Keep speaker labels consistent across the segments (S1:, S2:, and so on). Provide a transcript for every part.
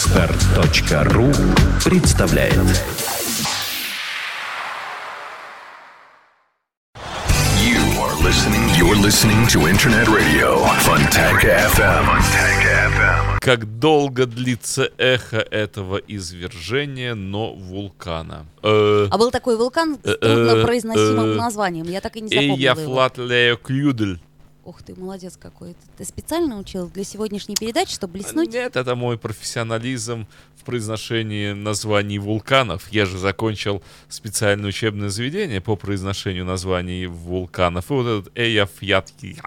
S1: Отстар.ру представляет
S2: You are listening, you're listening to Internet Radio Funtech FM.
S3: Как долго длится эхо этого извержения, но вулкана? Э,
S4: А был такой вулкан
S3: Э,
S4: с труднопроизносимым
S3: э,
S4: названием. Я так и не
S3: Эйя
S4: А, запомнила его.
S3: флатлея клюдель.
S4: Ух ты, молодец какой. Ты- Ты специально учил для сегодняшней передачи, чтобы блеснуть?
S3: Нет, это мой профессионализм в произношении названий вулканов. Я же закончил специальное учебное заведение по произношению названий вулканов. И вот этот Эйя Фьятки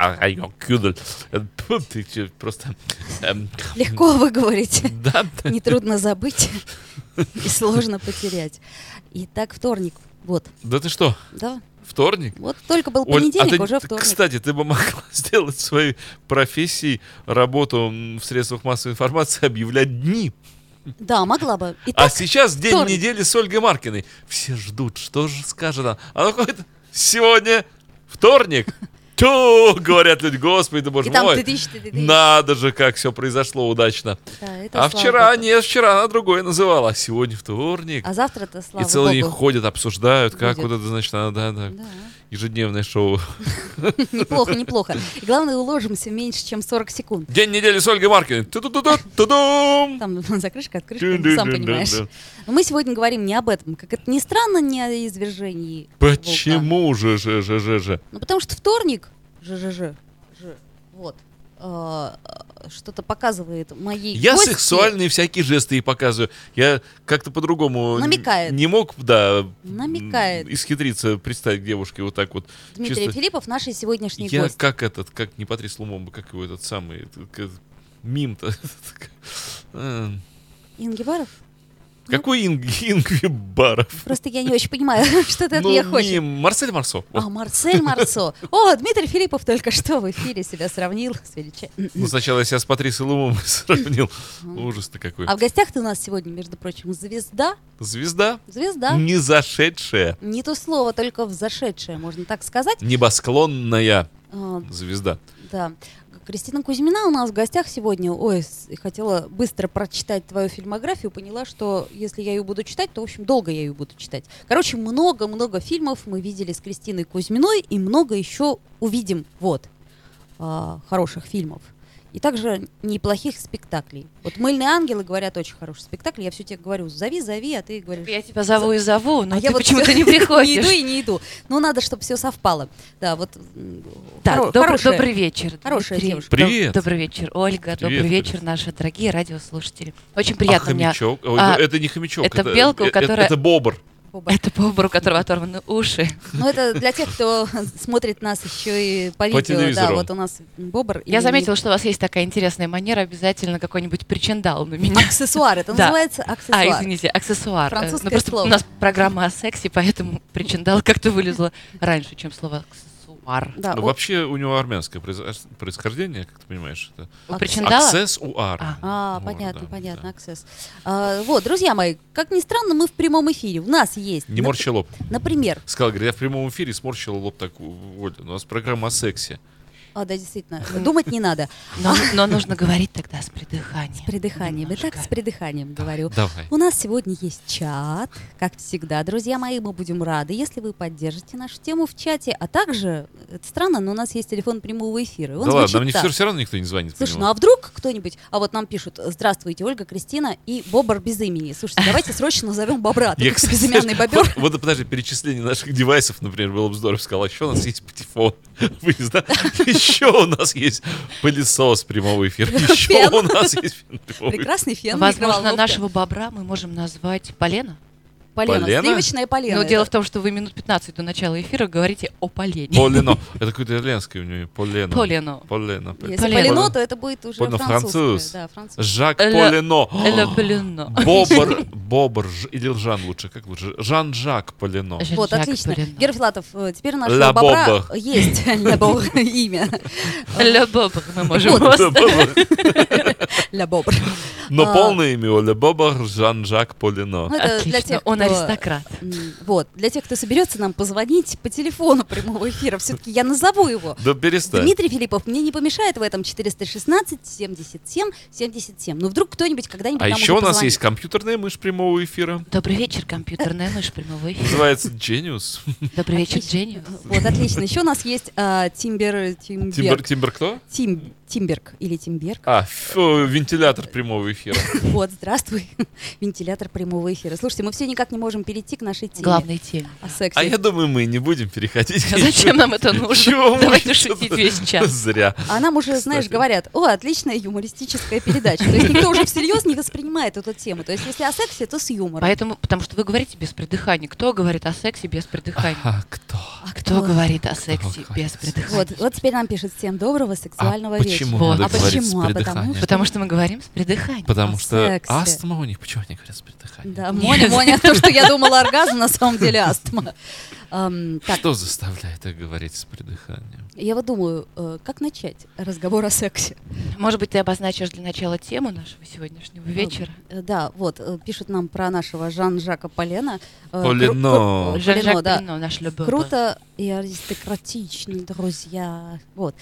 S3: Кюдель. это, пф, Э, ты чё, Просто... эм,
S4: Легко выговорить.
S3: Да,
S4: Нетрудно забыть и сложно потерять. Итак, вторник. Вот,
S3: да ты что,
S4: да.
S3: вторник?
S4: Вот только был
S3: Оль, а
S4: понедельник,
S3: ты-
S4: уже
S3: ты-
S4: вторник.
S3: Кстати, ты бы могла сделать своей профессией работу м, в средствах массовой информации, объявлять дни.
S4: Да, могла бы.
S3: А
S4: Итак,
S3: сейчас день
S4: вторник.
S3: недели с Ольгой Маркиной. Все ждут, что же скажет она. Она ходит сегодня вторник. Тю, говорят люди, господи, ты боже
S4: и там
S3: мой.
S4: ты тысяч, ты тысяч.
S3: Надо же, как все произошло удачно.
S4: Да, это
S3: А
S4: слава
S3: вчера,
S4: богу.
S3: нет, вчера она другое называла. А сегодня вторник.
S4: А завтра-то слава
S3: И целый день
S4: богу.
S3: ходят, обсуждают, как
S4: Будет.
S3: вот это, значит, она, да, да,
S4: Да.
S3: ежедневное шоу.
S4: Неплохо, неплохо. И главное, уложимся меньше, чем 40 секунд.
S3: День недели с Ольгой Маркиной. Ту-ду-ду-ду, ту-дум.
S4: Там закрышка, открышка, ну, сам понимаешь.
S3: Тю-ду-ду-ду-ду.
S4: Но мы сегодня говорим не об этом. Как это ни странно, не о извержении. вулкана.
S3: Почему же, же, же, же, же?
S4: Ну, потому что вторник, же-же-же, же, вот, э, э, что-то показывает моей
S3: Я
S4: гостье.
S3: сексуальные всякие жесты и показываю. Я как-то по-другому н-
S4: Намекает.
S3: не мог, да,
S4: Намекает.
S3: м, исхитриться, пристать к девушке вот так вот.
S4: Дмитрий
S3: Чисто-
S4: Филиппов, нашей сегодняшней
S3: Я
S4: гость.
S3: как этот, как не Патрис Лумомба, как его этот самый, этот, как- мим-то. Э,
S4: Ингибаров? Ну,
S3: Какой Инг- Ингви Баров?
S4: Просто я не очень понимаю, что ты от
S3: Ну,
S4: меня хочешь.
S3: мим. Марсель Марсо. Вот.
S4: А, Марсель Марсо. О, Дмитрий Филиппов только что в эфире себя сравнил с велича-
S3: Ну, сначала я себя с Патрисой Лумомбой сравнил. Ужас-то какой.
S4: А в гостях ты у нас сегодня, между прочим, звезда.
S3: Звезда,
S4: Звезда.
S3: не зашедшая,
S4: Не то слово, только взошедшее, можно так сказать.
S3: небосклонная
S4: Э,
S3: звезда.
S4: Да. Кристина Кузьмина у нас в гостях сегодня. Ой, с- хотела быстро прочитать твою фильмографию, поняла, что если я ее буду читать, то, в общем, долго я ее буду читать. Короче, много-много фильмов мы видели с Кристиной Кузьминой и много еще увидим, вот, а, хороших фильмов. И также неплохих спектаклей. Вот «Мыльные ангелы» говорят, очень хороший спектакль. Я все тебе говорю, зови, зови, а ты говоришь...
S5: Я тебя зову и зову, но
S4: А
S5: ты
S4: вот
S5: почему-то
S4: всё
S5: не
S4: Не иду
S5: приходишь.
S4: и не иду. Ну, надо, чтобы все совпало. Да, вот... м,
S5: Так,
S4: хоро-
S5: добрый,
S4: хорошее.
S5: добрый вечер.
S4: Хорошая
S5: Дмитрий.
S4: девушка.
S5: Доб-
S3: Привет.
S5: Добрый вечер, Ольга.
S3: Привет,
S5: Добрый вечер, наши дорогие радиослушатели. Очень приятно
S3: а
S5: меня.
S3: хомячок? Ой,
S5: А,
S3: ну, это не хомячок.
S5: это белка, у
S3: э- э-
S5: которой-
S3: Это бобр.
S4: Оба.
S5: Это повар, у которого оторваны уши.
S4: Ну, это для тех, кто смотрит нас еще и по видео.
S3: телевизору.
S4: Да, вот у нас бобр. и
S5: Я заметила, что у вас есть такая интересная манера, обязательно какой-нибудь причиндал на меня.
S4: Аксессуар. Это
S5: Да.
S4: называется
S5: А,
S4: аксессуар.
S5: извините, аксессуар. Э,
S4: Французское
S5: ну, просто
S4: слово.
S5: у нас программа о сексе, поэтому причиндал как-то вылезло раньше, чем слово аксессуар.
S4: Да,
S3: Ну,
S4: о-
S3: вообще у него армянское произ- происхождение, как ты понимаешь. Это
S5: У
S4: Аксесс-
S5: причиндала?
S3: Аксесс уар.
S5: А.
S4: А,
S3: Вот,
S4: понятно,
S3: да,
S4: понятно,
S3: да.
S4: аксесс. А, вот, друзья мои, как ни странно, мы в прямом эфире. У нас есть,
S3: Не
S4: нап-
S3: морщи лоб.
S4: например,
S3: Сказал, говорит, я в прямом эфире сморщил лоб так, Оля, у нас программа о сексе.
S4: а, да, действительно, думать не надо.
S5: Но, но нужно говорить тогда с придыханием.
S4: С придыханием. Итак, с придыханием говорю.
S3: Давай.
S4: У нас сегодня есть чат. Как всегда, друзья мои, мы будем рады, если вы поддержите нашу тему в чате. А также, это странно, но у нас есть телефон прямого эфира. И Он
S3: да ладно,
S4: звучит
S3: нам не
S4: так.
S3: все, равно никто не звонит. по
S4: Слушай, ну
S3: нему.
S4: а вдруг кто-нибудь, а вот нам пишут, здравствуйте, Ольга, Кристина и Бобр без имени. Слушайте, давайте срочно назовем Бобра,
S3: Я,
S4: Тут
S3: кстати,
S4: безымянный
S3: знаешь,
S4: бобер.
S3: Вот, вот, подожди, перечисление наших девайсов, например, было бы здорово. Сказал, а еще у нас есть патефон. Вы не знаете? Еще у нас есть пылесос прямого эфира. Еще
S4: Фен.
S3: у нас есть фен прямого эфира.
S4: Прекрасный фен,
S5: Возможно,
S4: микроволновка.
S5: нашего бобра мы можем назвать полено.
S4: полено,
S3: Полено?
S4: сливочное полено.
S5: Но Ну, дело в том, что вы минут 15 до начала эфира говорите о полене.
S3: Полено. Это какое-то итальянское у него. Полено.
S5: Полено.
S3: Полено.
S4: Если
S5: полено.
S4: полено, то это будет уже
S3: Полено француз.
S4: французское. Да, француз.
S3: Жак
S5: Ле-
S3: Полено.
S5: Эле полено.
S3: Бобр, Бобр Ж- или Жан лучше, как лучше? Жан-Жак Полено.
S5: Ж-
S4: Вот,
S5: Жак
S4: отлично.
S5: Полено.
S4: Георгий Филатов, э, теперь у нашего
S3: Ла
S4: бобра
S3: Бобба.
S4: есть Ла Бобба имя.
S5: Эле бобр мы можем
S4: Вот.
S5: просто.
S4: Ля Бобр.
S3: Но
S4: А.
S3: полное имя Оля Бобр Жан-Жак Полено.
S4: Ну, это для
S5: Отлично.
S4: тех,
S5: Он
S4: что...
S5: Аристократ.
S4: М, Вот, для тех, кто соберется нам позвонить по телефону прямого эфира, все-таки я назову его.
S3: Да перестань.
S4: Дмитрий Филиппов, мне не помешает в этом 416-77-77. Ну, вдруг кто-нибудь когда-нибудь
S3: А
S4: нам
S3: еще
S4: уже
S3: у нас
S4: позвонит.
S3: есть компьютерная мышь прямого эфира.
S5: Добрый вечер, компьютерная мышь, прямой эфир.
S3: Называется Genius.
S5: Добрый вечер,
S4: Отлично.
S5: Дженни.
S4: Вот, отлично. Еще у нас есть а, Тимбер...
S3: Тимбер,
S4: Тимберг.
S3: Тимбер кто?
S4: Тим- Тимберг или Тимберг.
S3: А, фу, вентилятор прямого эфира.
S4: Вот, здравствуй. Вентилятор прямого эфира. Слушайте, мы все никак не можем перейти к нашей теме.
S5: Главная тема.
S4: О сексе.
S3: А я думаю, мы не будем переходить.
S5: А Зачем нам это
S3: Чего
S5: нужно?
S3: мы
S5: Давайте
S3: что-то-
S5: шутить весь час.
S3: Зря.
S4: А нам уже, знаешь,
S3: Кстати.
S4: говорят, о, отличная юмористическая передача. То есть никто уже всерьез не воспринимает эту тему. То есть если о сексе, то с юмором.
S5: Поэтому, потому что вы говорите без придыхания. Кто говорит о сексе без придыхания?
S3: А кто?
S5: А кто говорит о сексе
S3: говорит
S5: без
S3: о сексе?
S5: придыхания?
S4: Вот, вот теперь нам пишет всем доброго сексуального
S3: А
S4: вечера.
S3: почему
S5: Вот.
S3: надо
S4: А
S3: говорить
S4: почему? А
S3: с
S4: потому
S3: придыханием?
S4: что-
S5: Потому что мы говорим с придыханием.
S3: Потому
S4: о
S3: что
S4: сексе.
S3: астма у них, почему они говорят с придыханием?
S4: Да,
S5: Нет.
S4: Моня, Моня, то, что я думала оргазм, на самом деле астма. Ам, так,
S3: Что заставляет их говорить с придыханием?
S4: я вот думаю, э, как начать разговор о сексе?
S5: Может быть, ты обозначишь для начала тему нашего сегодняшнего вечера?
S4: Э, Да, вот, э, пишут нам про нашего Жан-Жака Полена. Э,
S3: Полено.
S4: кру- кру-
S5: Жан-Жак
S4: Полено, да.
S5: Пино, наш любовь.
S4: Круто и аристократично, друзья. Вот.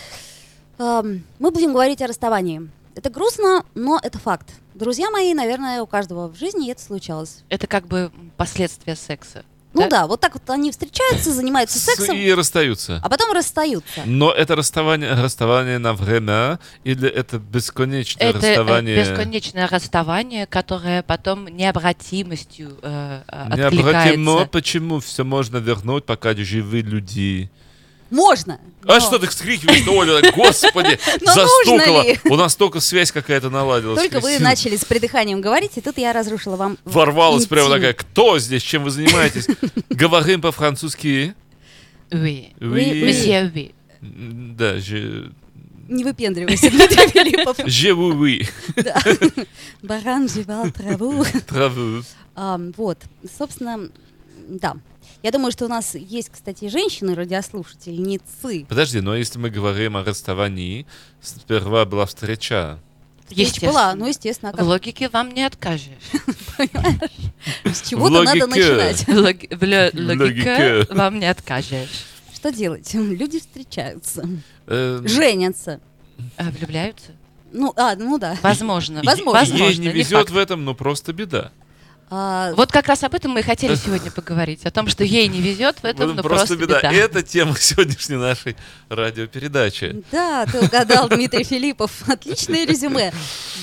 S4: Ам, Мы будем говорить о расставании. Это грустно, но это факт. Друзья мои, наверное, у каждого в жизни это случалось.
S5: Это как бы последствия секса.
S4: Ну
S5: Да.
S4: да, вот так вот они встречаются, занимаются сексом,
S3: И расстаются.
S4: а потом расстаются.
S3: Но это расставание, расставание на время или это бесконечное
S5: Это э,
S3: расставание?
S5: бесконечное расставание, которое потом необратимостью э, э,
S3: Необратимо,
S5: откликается.
S3: почему все можно вернуть, пока живы люди.
S4: Можно.
S3: А
S4: но-
S3: что ты вскрикиваешь, Оля? Господи,
S4: Но
S3: застукала.
S4: нужно ли?
S3: У нас только связь какая-то наладилась.
S4: Только вы
S3: Кристина.
S4: начали с придыханием говорить, и тут я разрушила вам
S3: Ворвалась прямо
S4: интим.
S3: такая, кто здесь, чем вы занимаетесь? Говорим по-французски.
S5: Oui.
S4: Oui,
S3: Oui.
S5: Monsieur oui.
S3: М, Да, je...
S4: Не выпендривайся, Дмитрий Филиппов.
S3: Je vous oui.
S4: Баран жевал траву.
S3: Траву.
S4: Ам, Вот, собственно, м, да. Я думаю, что у нас есть, кстати, женщины-радиослушательницы.
S3: Подожди, но если мы говорим о расставании, сперва была встреча.
S4: Речь была, ну, естественно, а
S5: В
S4: как,
S5: логике вам не откажешь.
S4: с чего-то
S3: логике.
S4: надо начинать.
S5: Лог- В ле-
S3: Логике.
S5: логике вам не откажешь.
S4: Что делать? Люди встречаются,
S3: Э,
S4: женятся.
S5: А, Влюбляются?
S4: Ну, а, ну да.
S5: Возможно.
S3: и-
S4: Возможно.
S3: Ей не
S5: не
S3: везет
S5: факт.
S3: в этом, но просто беда.
S4: А,
S5: Вот как раз об этом мы и хотели сегодня поговорить. О том, что ей не везет в этом, но ну, просто беда.
S3: Это тема сегодняшней нашей радиопередачи.
S4: Да, ты угадал, Дмитрий Филиппов. Отличное резюме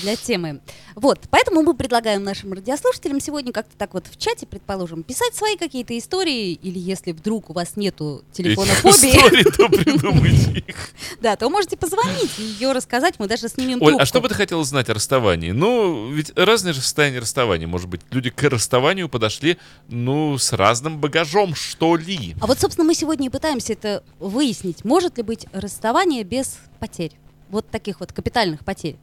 S4: для темы. Вот, поэтому мы предлагаем нашим радиослушателям сегодня как-то так вот в чате, предположим, писать свои какие-то истории, или если вдруг у вас нету телефона
S3: Этих
S4: фобии,
S3: историй, то придумайте их.
S4: да, то можете позвонить и ее рассказать, мы даже снимем
S3: Оль,
S4: трубку.
S3: а что бы ты хотела знать о расставании? Ну, ведь разные же состояния расставания, может быть. Люди к расставанию подошли, ну, с разным багажом, что ли.
S4: А вот, собственно, мы сегодня и пытаемся это выяснить. Может ли быть расставание без потерь? Вот таких вот капитальных потерь.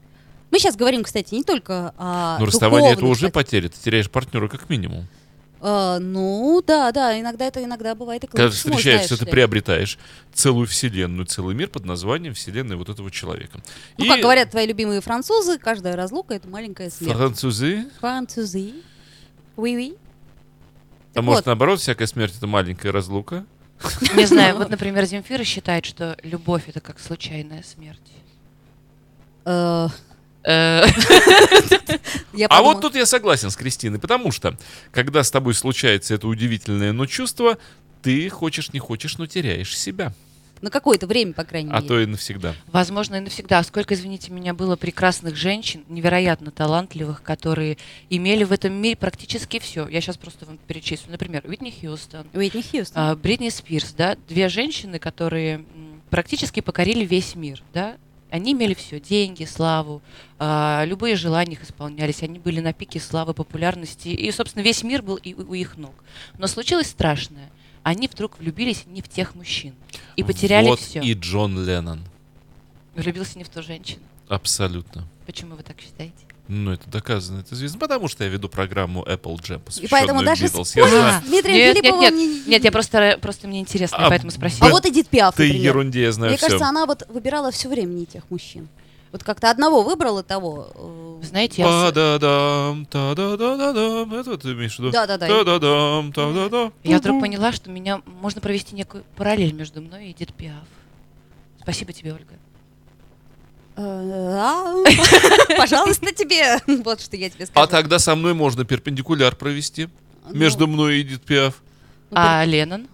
S4: Мы сейчас говорим, кстати, не только о
S3: Но Ну, расставание это
S4: духовных
S3: уже
S4: потерях.
S3: потеря, ты теряешь партнера как минимум.
S4: А, ну, да, да, иногда это иногда бывает и к
S3: Когда ты
S4: лучшему,
S3: встречаешься,
S4: знаешь
S3: ты
S4: ли.
S3: приобретаешь целую вселенную, целый мир под названием вселенной вот этого человека.
S4: Ну,
S3: И
S4: как говорят твои любимые французы, каждая разлука это маленькая смерть.
S3: французы,
S4: Французы. Oui, oui.
S3: а
S4: Так
S3: может
S4: вот.
S3: наоборот, всякая смерть это маленькая разлука.
S5: Не знаю, вот, например, Земфира считает, что любовь это как случайная смерть.
S4: Э,
S5: Э,
S4: я
S3: А
S4: подумала.
S3: вот тут я согласен с Кристиной, потому что, когда с тобой случается это удивительное но чувство, ты хочешь не хочешь, но теряешь себя.
S4: На какое-то время, по крайней
S3: А
S4: мере.
S3: то и навсегда.
S5: Возможно, и навсегда. Сколько, извините меня, было прекрасных женщин, невероятно талантливых, которые имели в этом мире практически все. Я сейчас просто вам перечислю. Например, Уитни Хьюстон,
S4: Уитни Хьюстон.
S5: а, Бритни Спирс, да, две женщины, которые м, практически покорили весь мир, да. Они имели все, деньги, славу, а, любые желания их исполнялись, они были на пике славы, популярности, и, собственно, весь мир был и у у их ног. Но случилось страшное. Они вдруг влюбились не в тех мужчин и потеряли
S3: вот
S5: все.
S3: и Джон Леннон.
S5: Влюбился не в ту женщину.
S3: Абсолютно.
S5: Почему вы так считаете?
S3: Ну, это доказано, это известно. Потому что я веду программу Apple Jam,
S4: И поэтому
S3: посвященную
S4: даже
S3: Beatles. Я
S4: спорить
S3: знаю,
S5: знаю.
S4: с Дмитрием
S5: Нет, нет,
S4: Филипповым
S5: нет,
S4: не- не-
S5: Нет, я просто, просто мне интересно,
S3: А,
S5: я поэтому спросила.
S4: А вот Эдит Пиаф,
S3: ты
S4: например.
S3: ерунде, я знаю
S4: Мне
S3: все.
S4: кажется, она вот выбирала все время не тех мужчин. Вот как-то одного выбрала того. э,
S5: знаете, я в,
S3: Па-да-дам, та-да-да-да-дам. Это ты имеешь в виду?
S4: Да-да-да.
S3: Та-да-дам, та-да-да.
S5: я вдруг поняла, что меня можно провести некую параллель между мной и Дед Пиаф. Спасибо тебе, Ольга.
S4: Ну, Э, а, Пожалуйста, тебе. Вот что я тебе скажу.
S3: А тогда со мной можно перпендикуляр провести
S4: Ну,
S3: между мной и Эдит Пиаф.
S4: ну,
S5: А Леннон?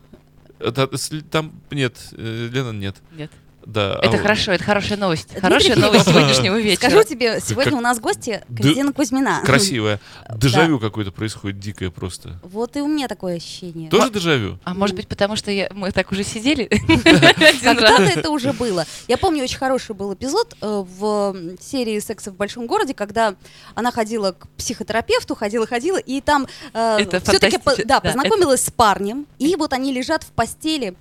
S3: Это с- Там нет, э, Леннон нет.
S5: Нет.
S3: Да. а
S5: Это
S3: вот-
S5: хорошо, это хорошая новость.
S4: Дмитрий
S5: Хорошая
S4: Кириллов,
S5: новость сегодняшнего вечера.
S4: Скажу тебе, сегодня у нас гости
S3: Да.
S4: Кристина Кузьмина.
S3: Красивая. Дежавю какое-то происходит дикое просто.
S4: Вот и у меня такое ощущение.
S3: Тоже дежавю?
S5: А может быть, потому что я- мы так уже сидели один раз?
S4: Когда-то это уже было. Я помню, очень хороший был эпизод э, в м, серии «Секса в большом городе», когда она ходила к психотерапевту, ходила-ходила, и там
S5: Это
S4: все-таки
S5: фантастично.
S4: да,
S5: Да,
S4: познакомилась с парнем, и вот они лежат в постели,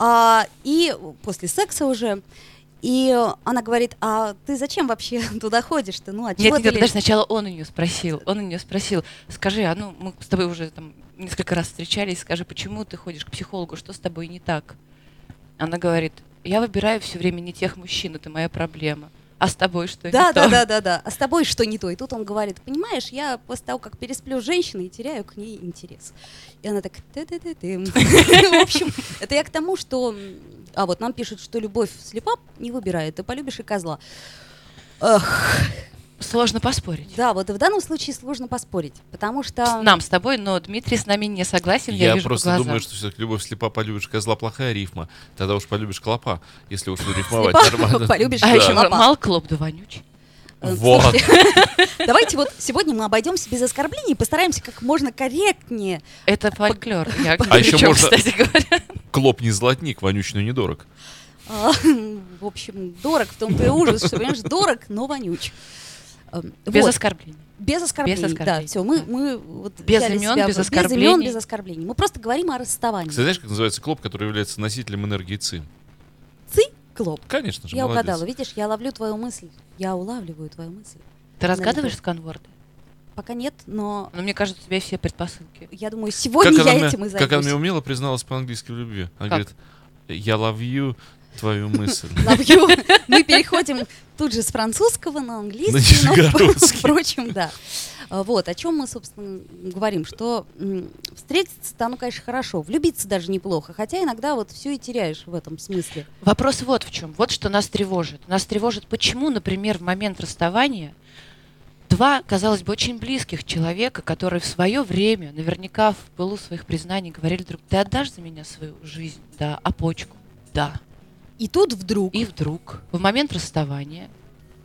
S4: а, и после секса уже... И она говорит, а ты зачем вообще туда ходишь? Ты, ну, а
S5: Нет,
S4: чего
S5: нет,
S4: ты
S5: подожди,
S4: лежишь?»
S5: сначала он у нее спросил. Он у нее спросил, скажи, а ну, мы с тобой уже там несколько раз встречались, скажи, почему ты ходишь к психологу, что с тобой не так? Она говорит, я выбираю все время не тех мужчин, это моя проблема. А с тобой что
S4: Да,
S5: не
S4: да,
S5: то?»
S4: да, да, да. А с тобой что не то? И тут он говорит, понимаешь, я после того, как пересплю с женщиной, теряю к ней интерес. И она так... «Ты-ты-ты-ты». В общем, это я к тому, что... м, А вот нам пишут, что любовь слепа не выбирает, ты полюбишь и козла. Эх,
S5: Сложно поспорить.
S4: да, вот и в данном случае сложно поспорить, потому что... э,
S5: С- Нам с тобой, но Дмитрий с нами не согласен, я,
S3: Я
S5: вижу по
S3: просто
S5: глазам.
S3: думаю, что все-таки любовь слепа, полюбишь козла, плохая рифма. Тогда уж полюбишь клопа, если уж рифмовать
S4: Слепа,
S3: нормально.
S4: полюбишь
S5: А
S3: Да.
S5: еще
S4: Лопа.
S5: мало клоп да вонючий.
S4: э,
S3: Вот.
S4: слушайте, Давайте вот сегодня мы обойдемся без оскорблений и постараемся как можно корректнее.
S5: Это фольклор. Я
S3: А еще
S5: причём,
S3: можно-
S5: кстати говоря.
S3: Клоп не золотник, вонючий, но недорог.
S4: А, В общем, дорог в том-то и ужас, что, понимаешь, дорог, но вонюч. Эм,
S5: Без
S4: вот.
S5: оскорблений.
S4: Без оскорблений.
S5: оскорблений.
S4: Да, все, мы, мы вот
S5: Без
S4: взяли
S5: имён,
S4: себя-
S5: без
S4: Без имен,
S5: оскорблений.
S4: без оскорблений. Мы просто говорим о расставании.
S3: Кстати, знаешь, как называется клоп, который является носителем энергии ЦИ?
S4: Циклоп.
S3: Конечно же,
S4: Я
S3: молодец.
S4: угадала, видишь, я ловлю твою мысль. Я улавливаю твою мысль.
S5: Ты разгадываешь сканворды?
S4: Пока нет, но
S5: Ну, мне кажется, у тебя есть все предпосылки.
S4: я думаю,
S3: Как
S4: сегодня
S3: она,
S4: я
S3: мне,
S4: этим и
S3: как она мне
S4: займусь.
S3: умело призналась по-английски в любви. Она
S5: Как?
S3: говорит, я ловью твою мысль.
S4: Ловлю. Мы переходим тут же с французского на английский.
S3: На
S4: но,
S3: нижегородский.
S4: Впрочем, да. А, Вот, о чем мы, собственно, говорим, что м, встретиться-то, ну, конечно, хорошо, влюбиться даже неплохо, хотя иногда вот все и теряешь в этом смысле.
S5: Вопрос вот в чем. Вот что нас тревожит. Нас тревожит, почему, например, в момент расставания два, казалось бы, очень близких человека, которые в свое время, наверняка в пылу своих признаний, говорили друг, ты отдашь за меня свою жизнь? Да. А почку? Да.
S4: И тут вдруг
S5: И вдруг, в момент расставания,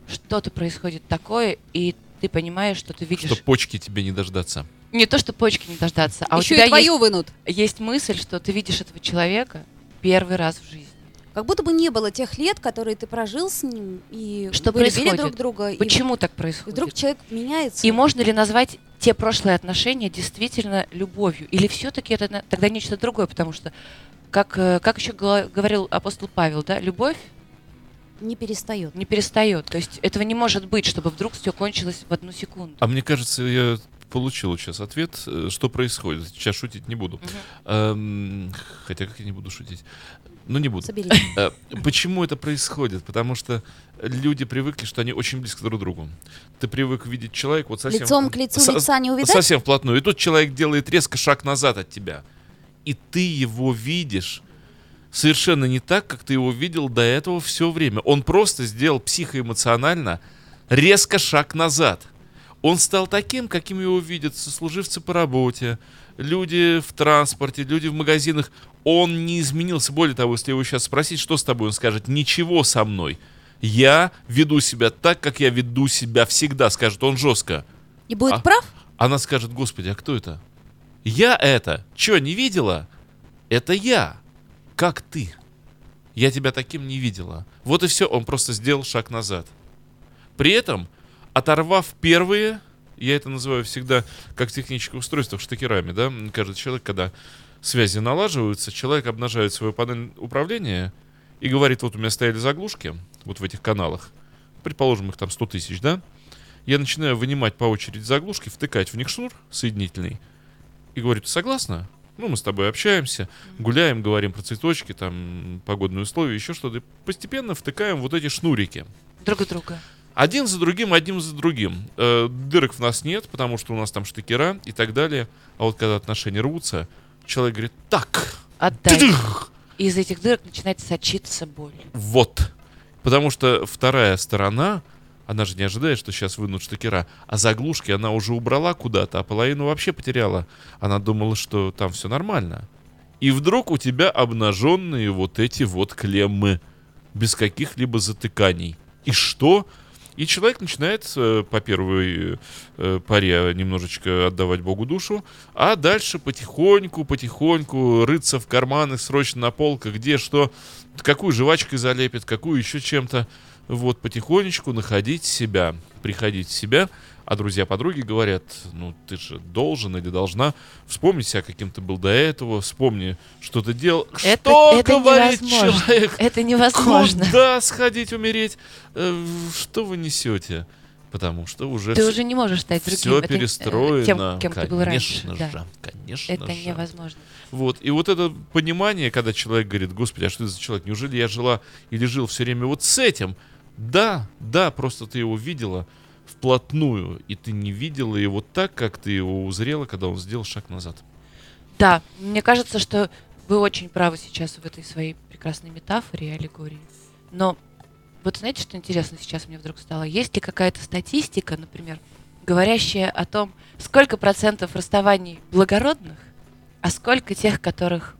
S5: что-то происходит такое, и ты понимаешь, что ты видишь
S3: Что почки тебе не дождаться.
S5: не то, что почки не дождаться, а
S4: еще
S5: у тебя
S4: и твою вынут.
S5: есть, есть мысль, что ты видишь этого человека первый раз в жизни.
S4: Как будто бы не было тех лет, которые ты прожил с ним, и
S5: Что
S4: вы любили
S5: происходит?
S4: друг друга. и
S5: Почему так происходит?
S4: вдруг человек меняется.
S5: И можно ли назвать те прошлые отношения действительно любовью? Или все-таки это на- тогда нечто другое? Потому что, как, э, как еще гла- говорил апостол Павел, да, любовь
S4: не перестает.
S5: не перестает. То есть этого не может быть, чтобы вдруг все кончилось в одну секунду.
S3: А мне кажется, я получил сейчас ответ, э, что происходит. Сейчас шутить не буду.
S5: Мгм.
S3: Эм, хотя как я не буду шутить? Ну, не буду.
S4: Собери.
S3: Э, Почему это происходит? Потому что люди привыкли, что они очень близко друг к другу. Ты привык видеть человека вот совсем...
S4: Лицом к лицу
S3: со-
S4: лица не увидать.
S3: Совсем вплотную. И тут человек делает резко шаг назад от тебя. И ты его видишь совершенно не так, как ты его видел до этого все время. Он просто сделал психоэмоционально резко шаг назад. Он стал таким, каким его видят сослуживцы по работе, люди в транспорте, люди в магазинах. Он не изменился. Более того, если его сейчас спросить, что с тобой, он скажет, ничего со мной. Я веду себя так, как я веду себя всегда, скажет он жестко.
S4: И будет
S3: А.
S4: прав?
S3: Она скажет, господи, а кто это? Я это. Че, не видела? Это я. Как ты? Я тебя таким не видела. Вот и все, он просто сделал шаг назад. При этом, оторвав первые, я это называю всегда как техническое устройство, штыкерами, да, каждый человек, когда связи налаживаются, человек обнажает свою панель управления и говорит, вот у меня стояли заглушки, вот в этих каналах, предположим, их там 100 тысяч, да, я начинаю вынимать по очереди заглушки, втыкать в них шнур соединительный и говорю, ты согласна? Ну, мы с тобой общаемся, гуляем, говорим про цветочки, там, погодные условия, еще что-то. И постепенно втыкаем вот эти шнурики
S5: Друг друга.
S3: Один за другим, одним за другим. Э, дырок в нас нет, потому что у нас там штыкера и так далее. А вот когда отношения рвутся, человек говорит «так».
S5: Отдай.
S3: тыдых,
S5: И из этих дырок начинает сочиться боль.
S3: Вот. Потому что вторая сторона, она же не ожидает, что сейчас вынут штыкера. А заглушки она уже убрала куда-то, а половину вообще потеряла. Она думала, что там все нормально. И вдруг у тебя обнаженные вот эти вот клеммы. Без каких-либо затыканий. И что? И человек начинает э, по первой э, паре немножечко отдавать Богу душу, а дальше потихоньку, потихоньку рыться в карманах, срочно на полках, где что, какую жвачкой залепит, какую еще чем-то. Вот, потихонечку находить себя, приходить в себя. А друзья-подруги говорят, ну ты же должен или должна вспомнить себя, каким ты был до этого, вспомни, что ты делал.
S5: Это-
S3: что
S5: это
S3: говорит
S5: невозможно.
S3: человек?
S5: Это невозможно.
S3: Куда сходить умереть? Э, в- Что вы несете? Потому что уже
S5: Ты
S3: всё-
S5: уже не можешь стать другим.
S3: всё
S5: Это, э,
S3: перестроено.
S5: Тем, кем ты был раньше.
S3: конечно
S5: да.
S3: же, конечно
S5: Это
S3: же.
S5: невозможно.
S3: Вот. И вот это понимание, когда человек говорит, господи, а что это за человек? Неужели я жила или жил все время вот с этим? Да, да, просто ты его видела вплотную, и ты не видела его так, как ты его узрела, когда он сделал шаг назад.
S5: Да, мне кажется, что вы очень правы сейчас в этой своей прекрасной метафоре и аллегории. Но вот знаете, что интересно сейчас мне вдруг стало? Есть ли какая-то статистика, например, говорящая о том, сколько процентов расставаний благородных, а сколько тех, которых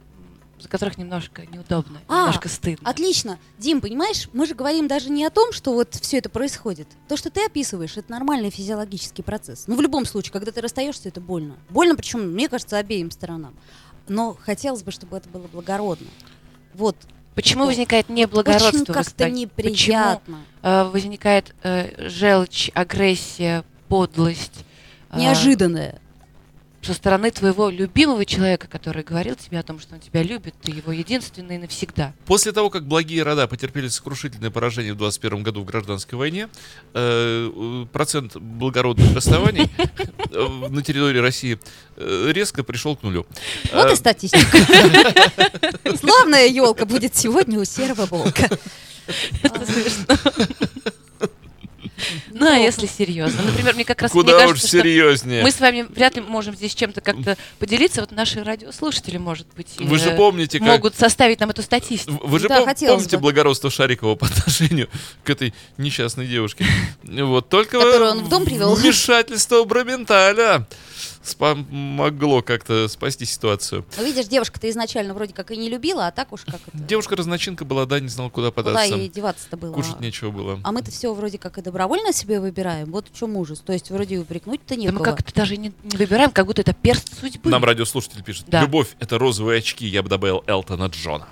S5: м, за которых немножко неудобно,
S4: А,
S5: немножко стыдно.
S4: Отлично. Дим, понимаешь, мы же говорим даже не о том, что вот все это происходит. То, что ты описываешь, это нормальный физиологический процесс. Ну, в любом случае, когда ты расстаешься, это больно. Больно, причем, мне кажется, обеим сторонам. Но хотелось бы, чтобы это было благородно. Вот.
S5: Почему возникает неблагородство?
S4: Очень
S5: в
S4: как-то
S5: расставании? Почему
S4: неприятно.
S5: э, возникает э, желчь, агрессия, подлость. э,
S4: Неожиданное.
S5: со стороны твоего любимого человека, который говорил тебе о том, что он тебя любит, ты его единственный навсегда.
S3: После того, как благие рода потерпели сокрушительное поражение в 21 году в гражданской войне, э, э, процент благородных расставаний э, на территории России э, резко пришел к нулю.
S4: Вот
S3: Э,
S4: и статистика. Славная елка будет сегодня у серого волка. А,
S5: Это смешно. Ну, а если серьезно? Например, мне как раз мне
S3: Куда уж
S5: кажется, что
S3: серьезнее.
S5: мы с вами вряд ли можем здесь чем-то как-то поделиться. Вот наши радиослушатели, может быть,
S3: Вы же
S5: э,
S3: помните, как...
S5: могут составить нам эту статистику.
S3: Вы же
S4: Да,
S3: пом-
S4: хотелось
S3: помните
S4: бы.
S3: благородство Шарикова по отношению к этой несчастной девушке? Вот только
S4: Которую он в дом привел.
S3: вмешательство Браменталя помогло как-то спасти ситуацию.
S4: Ну, видишь, девушка-то изначально вроде как и не любила, а так уж как это...
S3: Девушка-разночинка была, да, не знала, куда
S4: Куда
S3: податься.
S4: ей деваться-то было?
S3: Кушать нечего было.
S4: А мы-то все вроде как и добровольно себе выбираем. Вот в чем ужас. То есть вроде и
S3: ну
S4: упрекнуть-то не
S5: Да мы как-то даже не, не выбираем, как будто это перст судьбы.
S3: Нам радиослушатель пишет.
S5: Да.
S3: Любовь — это розовые очки, я бы добавил Элтона Джона.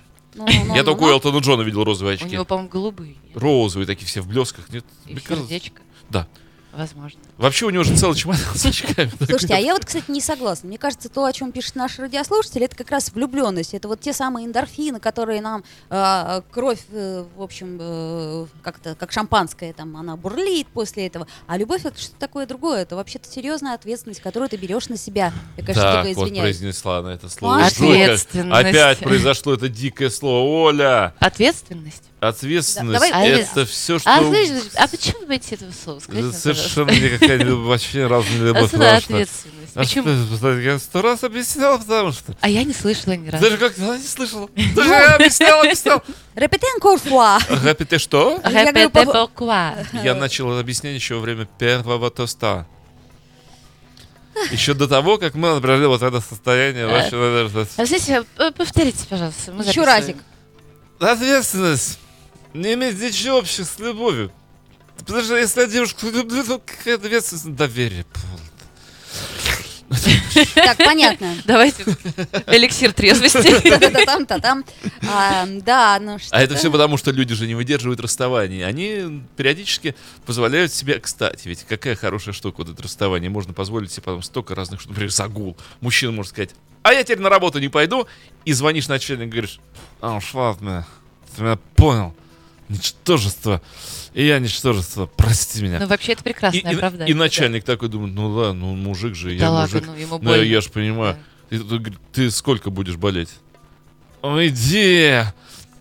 S3: я только у Элтона Джона видел розовые
S5: Ну, У
S3: очки.
S5: него, по-моему, голубые.
S3: Розовые такие все в блесках. Нет,
S5: И
S3: Мне кажется-
S5: сердечко.
S3: Да.
S5: Возможно.
S3: Вообще у него же целый чемодан с очками.
S4: Слушайте, а я вот, кстати, не согласна. Мне кажется, то, о чем пишет наш радиослушатель, это как раз влюбленность. Это вот те самые эндорфины, которые нам э, кровь, э, в общем, э, как-то как шампанское, там она бурлит после этого. А любовь это что-то такое другое. Это вообще-то серьезная ответственность, которую ты берешь на себя. Я, конечно,
S3: так
S4: только
S3: вот
S4: извиняюсь.
S3: произнесла она это слово.
S4: А?
S3: Жуйка.
S5: Ответственность.
S3: Опять произошло это дикое слово. Оля,
S5: Ответственность.
S3: ответственность.
S4: Да, давай,
S3: это
S5: Оля.
S3: все, что...
S5: А, знаешь, а почему вы боитесь этого слова? Скажите
S3: Это
S5: нам, пожалуйста.
S3: совершенно никакая любовь, вообще разная любовь.
S5: Отсюда
S3: потому что-
S5: ответственность.
S3: А
S5: Почему?
S3: что- что- Я сто раз объяснял, потому что...
S5: А я не слышала ни разу.
S3: Даже как я не слышал. Даже я объяснял, объяснял.
S4: Репетен корфуа.
S3: Гэппи, ты что?
S4: Я говорю,
S5: Репете
S4: по-
S5: покуа.
S3: Я начал это объяснение еще во время первого тоста. Еще до того, как мы отбрали вот это состояние вашего...
S5: А знаете, э, повторите, пожалуйста. мы
S4: Еще
S5: записываем.
S4: разик.
S3: Ответственность не имеет ничего общего с любовью. Потому что если я девушку люблю, то какая ответственность? Доверие.
S4: Так, понятно.
S5: Давайте эликсир трезвости.
S4: Та-та-та-там, та-там. А, Да, ну что.
S3: А это все потому, что люди же не выдерживают расставаний. Они периодически позволяют себе... Кстати, ведь какая хорошая штука вот это расставание. Можно позволить себе потом столько разных штук. Например, загул. Мужчина может сказать, а я теперь на работу не пойду. И звонишь начальнику и говоришь, а ушла от меня. Ты меня понял. Ничтожество. И я ничтожество. Прости меня.
S5: Ну, вообще, это
S3: И,
S5: прекрасное
S3: и-
S5: оправдание.
S3: и начальник такой думает, ну да, ну мужик же, я
S5: Да ладно,
S3: мужик.
S5: ну ему
S3: Ну, я
S5: больно.
S3: же понимаю. И тут говорит, ты сколько будешь болеть? «Ой, Иди!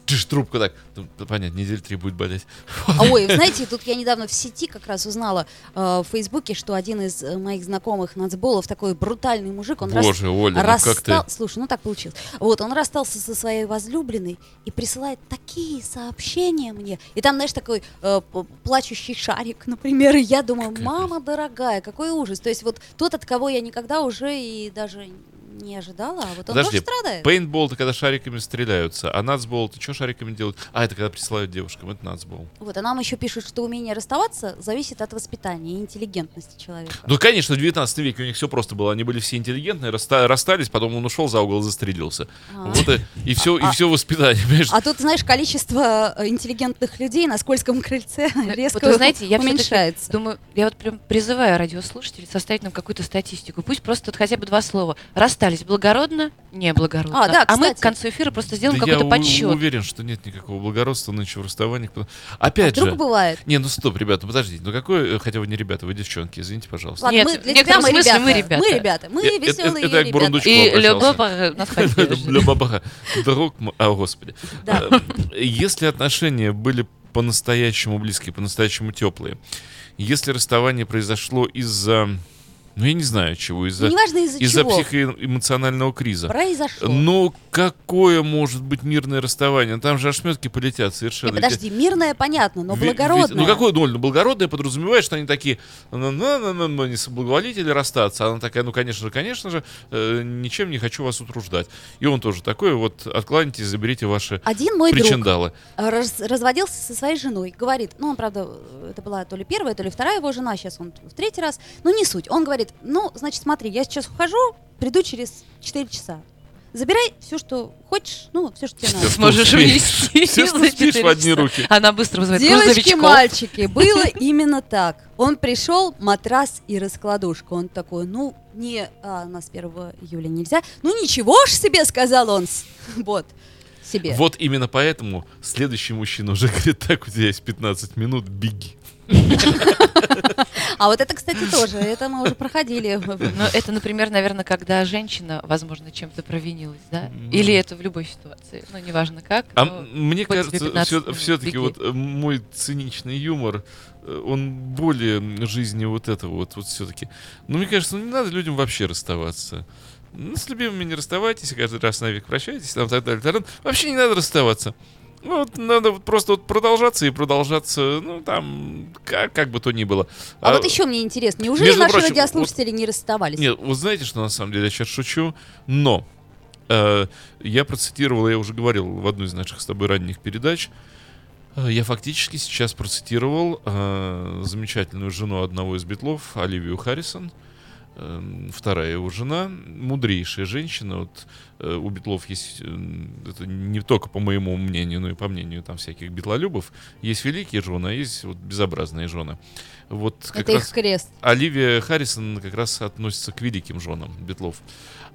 S3: чиш, трубку так. Ну, Понятно, недель три будет болеть.
S4: А, Ой, знаете, тут я недавно в сети как раз узнала э, в Фейсбуке, что один из э, моих знакомых нацболов, такой брутальный мужик, он рас-
S3: Боже, Оля, ну
S4: расстал...
S3: как ты?
S4: Слушай, ну так получилось. Вот, он расстался со своей возлюбленной и присылает такие сообщения мне. И там, знаешь, такой э, п- плачущий шарик, например, и я думаю,
S3: Капец.
S4: мама дорогая, какой ужас. То есть вот тот, от кого я никогда уже и даже не ожидала, а вот он
S3: Подожди,
S4: тоже страдает.
S3: Пейнтбол это когда шариками стреляются, а нацбол ты что шариками делают? А, это когда присылают девушкам, это нацбол.
S4: Вот, а нам еще пишут, что умение расставаться зависит от воспитания и интеллигентности человека.
S3: Ну, конечно, в 19 веке у них все просто было. Они были все интеллигентные, раста- расстались, потом он ушел за угол, застрелился.
S4: А.
S3: Вот и, и все, и
S4: А-
S3: все воспитание, понимаешь?
S4: А тут, знаешь, количество э, интеллигентных людей на скользком крыльце резко
S5: Ну, Вот вы знаете, я всё-таки
S4: уменьшается.
S5: Думаю, я вот прям призываю радиослушателей составить нам какую-то статистику. Пусть просто вот хотя бы два слова. Расстались благородно, неблагородно.
S4: А, да,
S5: мы к
S4: кстати.
S5: концу эфира просто сделаем
S3: Да
S5: какой-то
S3: я у-
S5: подсчет.
S3: уверен, что нет никакого благородства нынче в расставаниях. потому-
S4: А
S3: Опять
S4: вдруг
S3: же...
S4: бывает.
S3: Не, ну стоп, ребята, подождите. Ну какой, э, хотя вы не ребята, вы девчонки, извините, пожалуйста.
S4: Ладно,
S5: Нет,
S4: мы, для
S5: в
S4: тебя
S5: некотором
S4: мы
S5: смысле
S4: ребята.
S5: мы ребята.
S4: Мы ребята. Мы
S3: Э, э,
S4: веселые
S3: это я к
S4: ребята.
S3: Бурундучку.
S5: И
S3: Обращался.
S5: Любова нас поддержит.
S3: Любабаха. Друг м- А, господи.
S4: Да.
S3: Э, Если отношения были по-настоящему близкие, по-настоящему теплые, если расставание произошло из-за... Ну, я не знаю чего, из-за...
S4: Неважно из-за
S3: Из-за
S4: чего.
S3: психоэмоционального криза.
S4: Произошло.
S3: Ну, какое может быть мирное расставание? Там же ошметки полетят
S4: Не,
S3: совершенно.
S4: подожди, мирное понятно, но
S3: Ве- ведь-
S4: благородное.
S3: ну какое ноль? Ну благородное подразумевает, что они такие, ну, ну, ну, ну, ну, не соблаговолить или расстаться. Она такая, ну конечно же, конечно же, э, ничем не хочу вас утруждать. И он тоже такой, вот откланяйтесь, заберите ваши
S4: Один мой друг э,
S3: причиндалы.
S4: раз- разводился со своей женой, говорит, ну он, правда, это была то ли первая, то ли вторая его жена, сейчас он в третий раз, ну не суть. Он говорит, ну, значит, смотри, я сейчас ухожу, приду через 4 часа. Забирай все, что хочешь, ну, все, что тебе надо.
S3: Всё, что
S5: Сможешь
S3: успеешь.
S5: унести
S3: Все, что
S5: за
S3: успеешь в
S5: 4
S3: одни
S5: часа.
S3: руки.
S5: Она быстро вызывает
S4: Девочки,
S5: грузовичков.
S4: мальчики, было именно так. Он пришел, матрас и раскладушка. Он такой, ну, не, а, у нас 1 июля нельзя. Ну, ничего ж себе, сказал он. с- Вот, себе.
S3: Вот именно поэтому следующий мужчина уже говорит, так, у тебя есть 15 минут, беги.
S4: А вот это, кстати, тоже, это мы уже проходили.
S5: Но это, например, наверное, когда женщина, возможно, чем-то провинилась, да?
S3: Мгм.
S5: Или это в любой ситуации. Ну, неважно как.
S3: А
S5: но-
S3: м- мне
S5: хоть тебе
S3: кажется,
S5: 15 минут,
S3: все, таки
S5: беги.
S3: вот э, мой циничный юмор, э, он более м, жизни вот этого вот, вот все-таки. Но мне кажется, ну не надо людям вообще расставаться. Ну, с любимыми не расставайтесь, каждый раз навек прощайтесь, там так далее, так далее. Вообще не надо расставаться. Ну, вот надо вот просто вот продолжаться и продолжаться, ну, там, как, как бы то ни было.
S4: А
S3: А,
S4: вот еще мне интересно, неужели
S3: между
S4: наши
S3: прочим,
S4: радиослушатели не расставались?
S3: нет, вот знаете, что на самом деле я сейчас шучу, но э, я процитировал, я уже говорил в одной из наших с тобой ранних передач, э, я фактически сейчас процитировал э, замечательную жену одного из битлов, Оливию Харрисон. Эм, Вторая его жена, мудрейшая женщина. Вот э, у битлов есть, эм, это не только по моему мнению, но и по мнению там всяких битлолюбов, есть великие жены, а есть вот безобразные жены. Вот как
S4: Это
S3: раз...
S4: их крест.
S3: Оливия Харрисон как раз относится к великим женам Бетлов.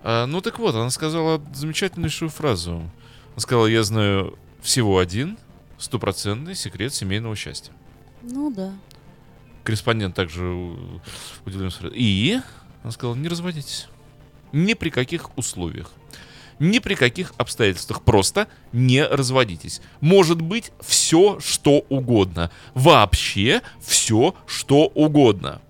S3: А, ну так вот, она сказала замечательнейшую фразу. Она сказала, я знаю всего один стопроцентный секрет семейного счастья.
S4: Ну да.
S3: Корреспондент также у- удивлен. смотрит. И она сказала, не разводитесь. Ни при каких условиях. Ни при каких обстоятельствах. Просто не разводитесь. Может быть все, что угодно. Вообще все, что угодно.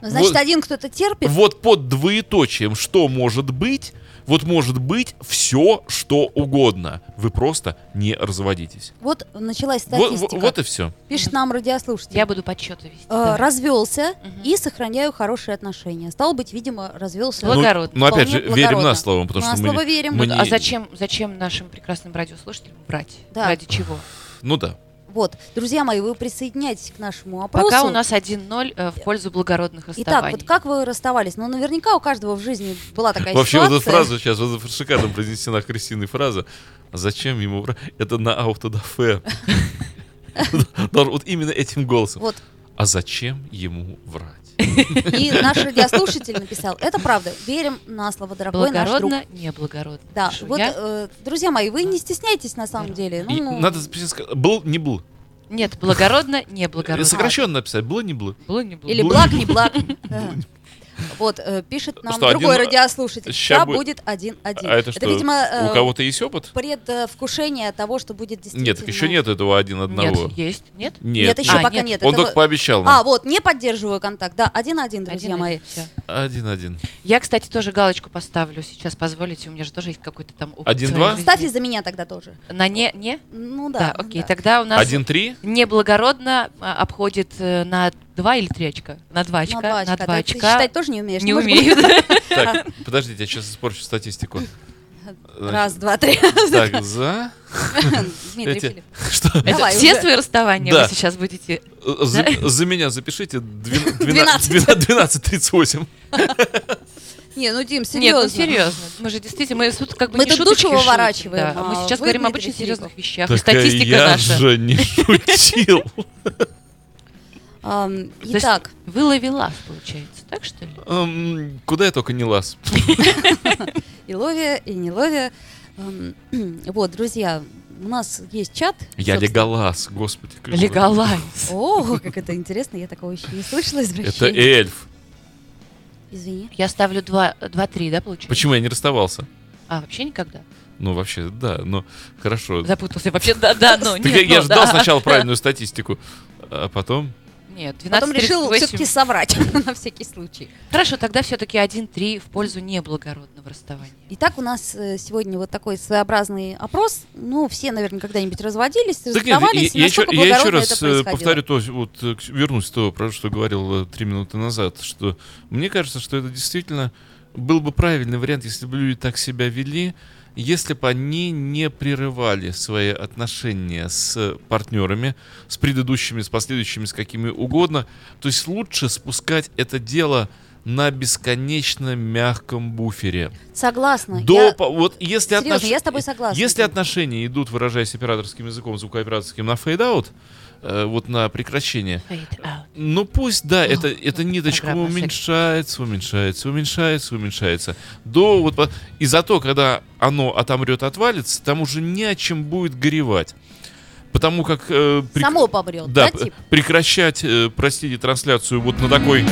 S4: Ну, Значит,
S3: Вот-
S4: один кто-то терпит,
S3: Вот под двоеточием, что может быть, вот может быть все, что угодно. Вы просто не разводитесь.
S4: вот началась
S3: Вот,
S4: статистика.
S3: вот и все.
S4: Пишет нам радиослушатель.
S5: Я буду подсчеты вести.
S4: Э,
S5: да.
S4: Развелся
S5: Мгм.
S4: и сохраняю хорошие отношения. Стало быть, видимо, развелся.
S5: Ну, Благородно.
S3: Но опять же,
S4: Вполне
S3: верим
S4: благородно.
S3: на слово, потому
S4: на
S3: что мы...
S4: слово
S3: не-
S4: верим.
S3: мы
S5: Ну,
S3: не-
S5: А зачем, зачем нашим прекрасным радиослушателям врать?
S4: Да.
S5: Ради чего?
S3: Ну да.
S4: Вот, друзья мои, вы присоединяйтесь к нашему опросу.
S5: Пока у нас 1-0 э, в пользу благородных
S4: Итак,
S5: расставаний.
S4: вот как вы расставались? Ну, наверняка у каждого в жизни была такая
S3: Вообще вот
S4: ситуация.
S3: эта фраза сейчас, вот эта шикарно произнесена Кристиной фраза. А Зачем ему... вра- Это на аутодафе. Вот именно этим голосом.
S4: Вот.
S3: А зачем ему врать?
S4: И наш радиослушатель написал, это правда, верим на слово, дорогой наш друг.
S5: Благородно, неблагородно.
S4: Да,
S5: Хорошо,
S4: вот,
S5: я-
S4: э, друзья мои, вы не стесняйтесь на самом деле.
S3: И
S4: Ну,
S3: Надо сказать, был, не был.
S5: Нет,
S3: Э,
S5: благородно, неблагородно.
S3: Сокращенно написать, было, не было.
S5: Было, не было.
S4: Или
S3: Бл-
S4: благ, не благ. Да. Э, Вот, э, пишет нам
S3: Что,
S4: другой
S3: один-
S4: радиослушатель.
S3: ща
S4: Да,
S3: будет-
S4: будет один-один.
S3: А это что,
S4: видимо, э,
S3: у кого-то есть опыт?
S4: предвкушение того, что будет действительно.
S3: Нет, так еще нет этого один одного.
S5: Нет, есть, нет?
S3: Нет,
S4: Нет, еще
S5: А,
S4: пока
S5: нет.
S4: нет.
S3: Он
S4: этого-
S3: только пообещал
S4: А,
S3: нам.
S4: вот, не поддерживаю контакт. Да, один-один, друзья
S5: Один-один,
S4: мои.
S5: всё.
S3: Один-один.
S5: Я, кстати, тоже галочку поставлю сейчас, позволите, у меня же тоже есть какой-то там опыт.
S3: Один-два?
S5: своей жизни.
S4: Ставь и за меня тогда тоже.
S5: На не, не?
S4: Ну
S5: Да,
S4: да.
S5: окей,
S4: да.
S5: тогда у нас...
S3: Один-три?
S5: неблагородно а, обходит э, на 2 или 3 очка? На 2 очка.
S4: На два очка.
S5: два
S4: Да, Ты
S5: очка.
S4: считать тоже не умеешь.
S5: Не
S4: Может,
S5: умею.
S3: Так, подождите, я сейчас испорчу статистику.
S4: Раз, два, три.
S3: Значит, Так, за...
S4: Дмитрий
S3: Эти-
S4: Филипп.
S3: Что?
S5: Это
S4: Давай,
S5: все
S4: уже.
S5: свои расставания
S3: Да.
S5: вы сейчас будете...
S3: За, за меня запишите двен-
S4: Двенадцать.
S3: двена- двенадцать тридцать восемь.
S4: Не, ну, Дим,
S5: Нет, ну
S4: серьезно.
S5: серьезно. Мы же действительно, мы тут как бы
S4: Мы
S5: не
S4: тут
S5: шуточки
S4: душу
S5: шутим,
S4: выворачиваем,
S5: да. Мы
S4: а
S5: сейчас
S4: вы,
S5: говорим об
S4: Дмитрий
S5: очень серьезных
S4: Филиппов.
S5: вещах. И
S3: Так а
S5: статистика
S3: я
S5: наша.
S3: же не шутил.
S4: Ам,
S5: То есть
S4: Итак,
S5: Вы ловила, получается, так что ли?
S3: Эм, Куда я только не лаз.
S4: и лови, и не лови. Ам, Вот, друзья, у нас есть чат.
S3: Я
S4: собственно.
S3: леголаз, господи. как же.
S5: Легалайз.
S4: О, как это интересно, я такого еще не слышала,
S3: Это э-
S4: извращение.
S3: эльф.
S4: Извини.
S5: Я ставлю 2-3, да, получается?
S3: Почему я не расставался?
S5: А, вообще никогда?
S3: Ну, вообще, да, но хорошо.
S5: Запутался вообще, да, да, ну,
S3: Так я,
S5: нет,
S3: я
S5: ну,
S3: ждал
S5: да.
S3: сначала правильную статистику, а потом...
S5: Нет, 12
S4: Потом решил
S5: 38.
S4: все-таки соврать на всякий случай.
S5: Хорошо, тогда все-таки 1-3 в пользу неблагородного расставания.
S4: Итак, у нас э, сегодня вот такой своеобразный опрос. Ну, все, наверное, когда-нибудь разводились,
S3: Так нет, я,
S4: расставались, и
S3: я еще,
S4: насколько
S3: я еще
S4: благородно это
S3: раз э,
S4: происходило.
S3: повторю, то, вот, э, к- вернусь к тому, про что говорил э, три минуты назад, что мне кажется, что это действительно был бы правильный вариант, если бы люди так себя вели, если бы они не прерывали свои отношения с э, партнерами, с предыдущими, с последующими, с какими угодно. То есть лучше спускать это дело на бесконечно мягком буфере.
S4: Согласна.
S3: До,
S4: я-
S3: по- вот если
S4: Серьезно,
S3: отнош-
S4: я с тобой согласна.
S3: Если
S4: Дим.
S3: отношения идут, выражаясь операторским языком, звукооператорским, на фейдаут, э, вот на прекращение,
S5: Fade out.
S3: ну пусть, да, это, эта ниточка
S5: программа
S3: уменьшается, уменьшается, уменьшается, уменьшается. До вот... по- И зато, когда оно отомрет, отвалится, там уже не о чем будет горевать. Потому как... э, прек-
S4: Само побрел,
S3: да,
S4: да,
S3: п-
S4: тип?
S3: прекращать, э, простите, трансляцию вот на такой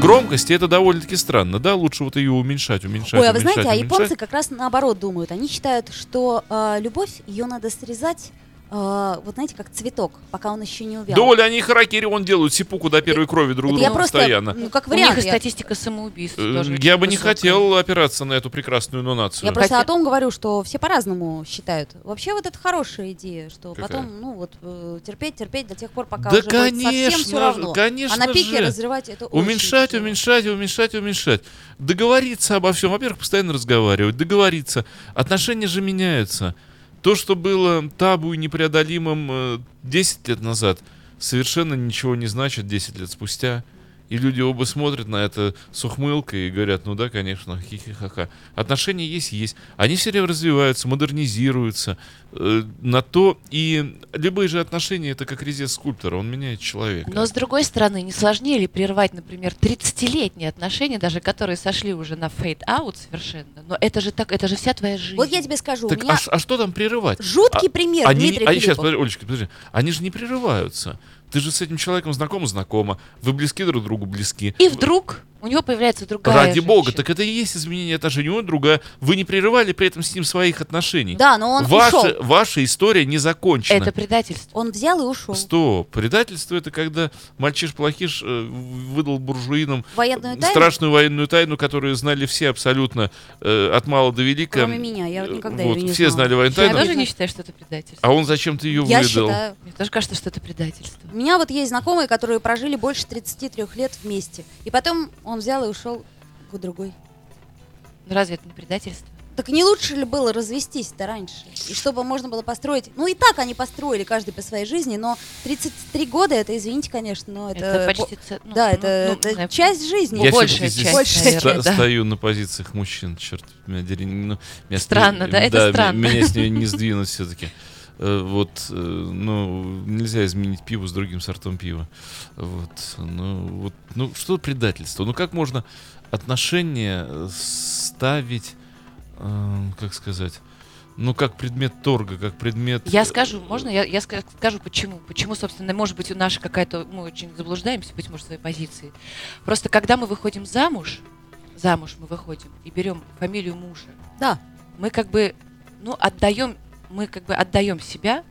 S3: громкости, это довольно-таки странно, да? Лучше вот ее уменьшать, уменьшать,
S4: Ой, а вы
S3: уменьшать,
S4: знаете, а
S3: уменьшать.
S4: японцы как раз наоборот думают. Они считают, что э, любовь, ее надо срезать, э, вот знаете, как цветок, пока он еще не увял.
S3: Да, Оля, они харакири, он делают сипуку до первой крови друг
S4: Э, Это
S3: друга
S4: я просто,
S3: постоянно.
S4: ну, как
S5: У них
S4: вариант.
S5: и
S4: я-
S5: статистика самоубийств
S3: Э,
S5: тоже
S3: Я
S5: очень
S3: бы не
S5: высокая.
S3: хотел опираться на эту прекрасную нонацию.
S4: Я просто
S5: Хотя-
S4: о том говорю, что все по-разному считают. Вообще вот это хорошая идея, что
S3: Какая?
S4: потом, ну вот, э, терпеть, терпеть до тех пор,
S3: Да,
S4: пока уже будет совсем
S3: конечно,
S4: все равно.
S3: конечно
S4: а на пике
S3: же.
S4: разрывать это очень
S3: Уменьшать,
S4: тяжело.
S3: уменьшать, уменьшать, уменьшать. Договориться обо всем. Во-первых, постоянно разговаривать, договориться. Отношения же меняются. То, что было табу и непреодолимым э, 10 лет назад, совершенно ничего не значит 10 лет спустя. И люди оба смотрят на это с ухмылкой и говорят, ну да, конечно, хихихаха. Отношения есть, и есть. Они все время развиваются, модернизируются. Э, на то и любые же отношения, это как резец скульптора, он меняет человека.
S5: Но с другой стороны, не сложнее ли прервать, например, 30-летние отношения, даже которые сошли уже на фейд-аут совершенно? Но это же так, это же вся твоя жизнь.
S4: Вот я тебе скажу,
S3: Так
S4: у
S3: а,
S4: меня
S3: ш- а что там прерывать? А
S4: жуткий пример,
S3: Они,
S4: Дмитрий
S3: сейчас,
S4: Филиппов.
S3: подожди, Олечка, подожди. Они же не прерываются. Ты же с этим человеком знакома, знакома. Вы близки друг другу, близки.
S5: И вдруг у него появляется другая
S3: Ради бога,
S5: женщина.
S3: так это и есть изменение отношений. У него другая. Вы не прерывали при этом с ним своих отношений.
S4: Да, но он ушел.
S3: ваша, ваша история не закончена.
S5: Это предательство.
S4: Он взял и ушел.
S3: Стоп. Предательство это когда мальчиш-плохиш э, выдал буржуинам
S4: Военную тайну,
S3: страшную военную тайну, которую знали все абсолютно э, от мала до велика.
S4: кроме меня, я вот
S3: Э,
S4: никогда
S3: вот,
S4: ее не
S3: все
S4: знала.
S3: знали военную
S4: Я
S5: Я
S3: тайну.
S5: тоже не считаю, что это предательство.
S3: А он зачем-то ее
S4: Я
S3: выдал?
S4: считаю,
S5: Мне тоже кажется, что это предательство.
S4: У меня вот есть знакомые, которые прожили больше 33 лет вместе. И потом он взял и ушел к другой.
S5: Ну разве это не предательство?
S4: Так не лучше ли было развестись-то раньше? И чтобы можно было построить... Ну и так они построили каждый по своей жизни, но 33 года, это, извините, конечно, но это...
S5: Это,
S4: по-
S5: почти... ц- ну,
S4: Да,
S5: ну,
S4: это,
S5: ну, не
S4: это
S5: знаю.
S4: часть жизни.
S3: Я
S5: ну,
S3: всё-таки
S5: большая
S3: здесь
S5: часть,
S4: Большая
S5: наверное,
S3: Ста-
S4: часть,
S5: да.
S3: Стою на позициях мужчин, черт меня дери- ну, меня с-
S5: Странно, да? Это
S3: м-
S5: странно.
S3: Меня с нее не сдвинуть все-таки. Вот, э, ну, нельзя изменить пиво с другим сортом пива. Вот, ну, вот, ну, что предательство? Ну, как можно отношения э, ставить, э, как сказать, ну, как предмет торга, как предмет...
S5: Я скажу, можно? Я, я ска- скажу, почему. Почему, собственно, может быть, у наша какая-то... Мы очень заблуждаемся, быть может, в своей позиции. Просто когда мы выходим замуж, замуж мы выходим и берем фамилию мужа,
S4: Да.
S5: мы как бы, ну, отдаем, мы как бы отдаем себя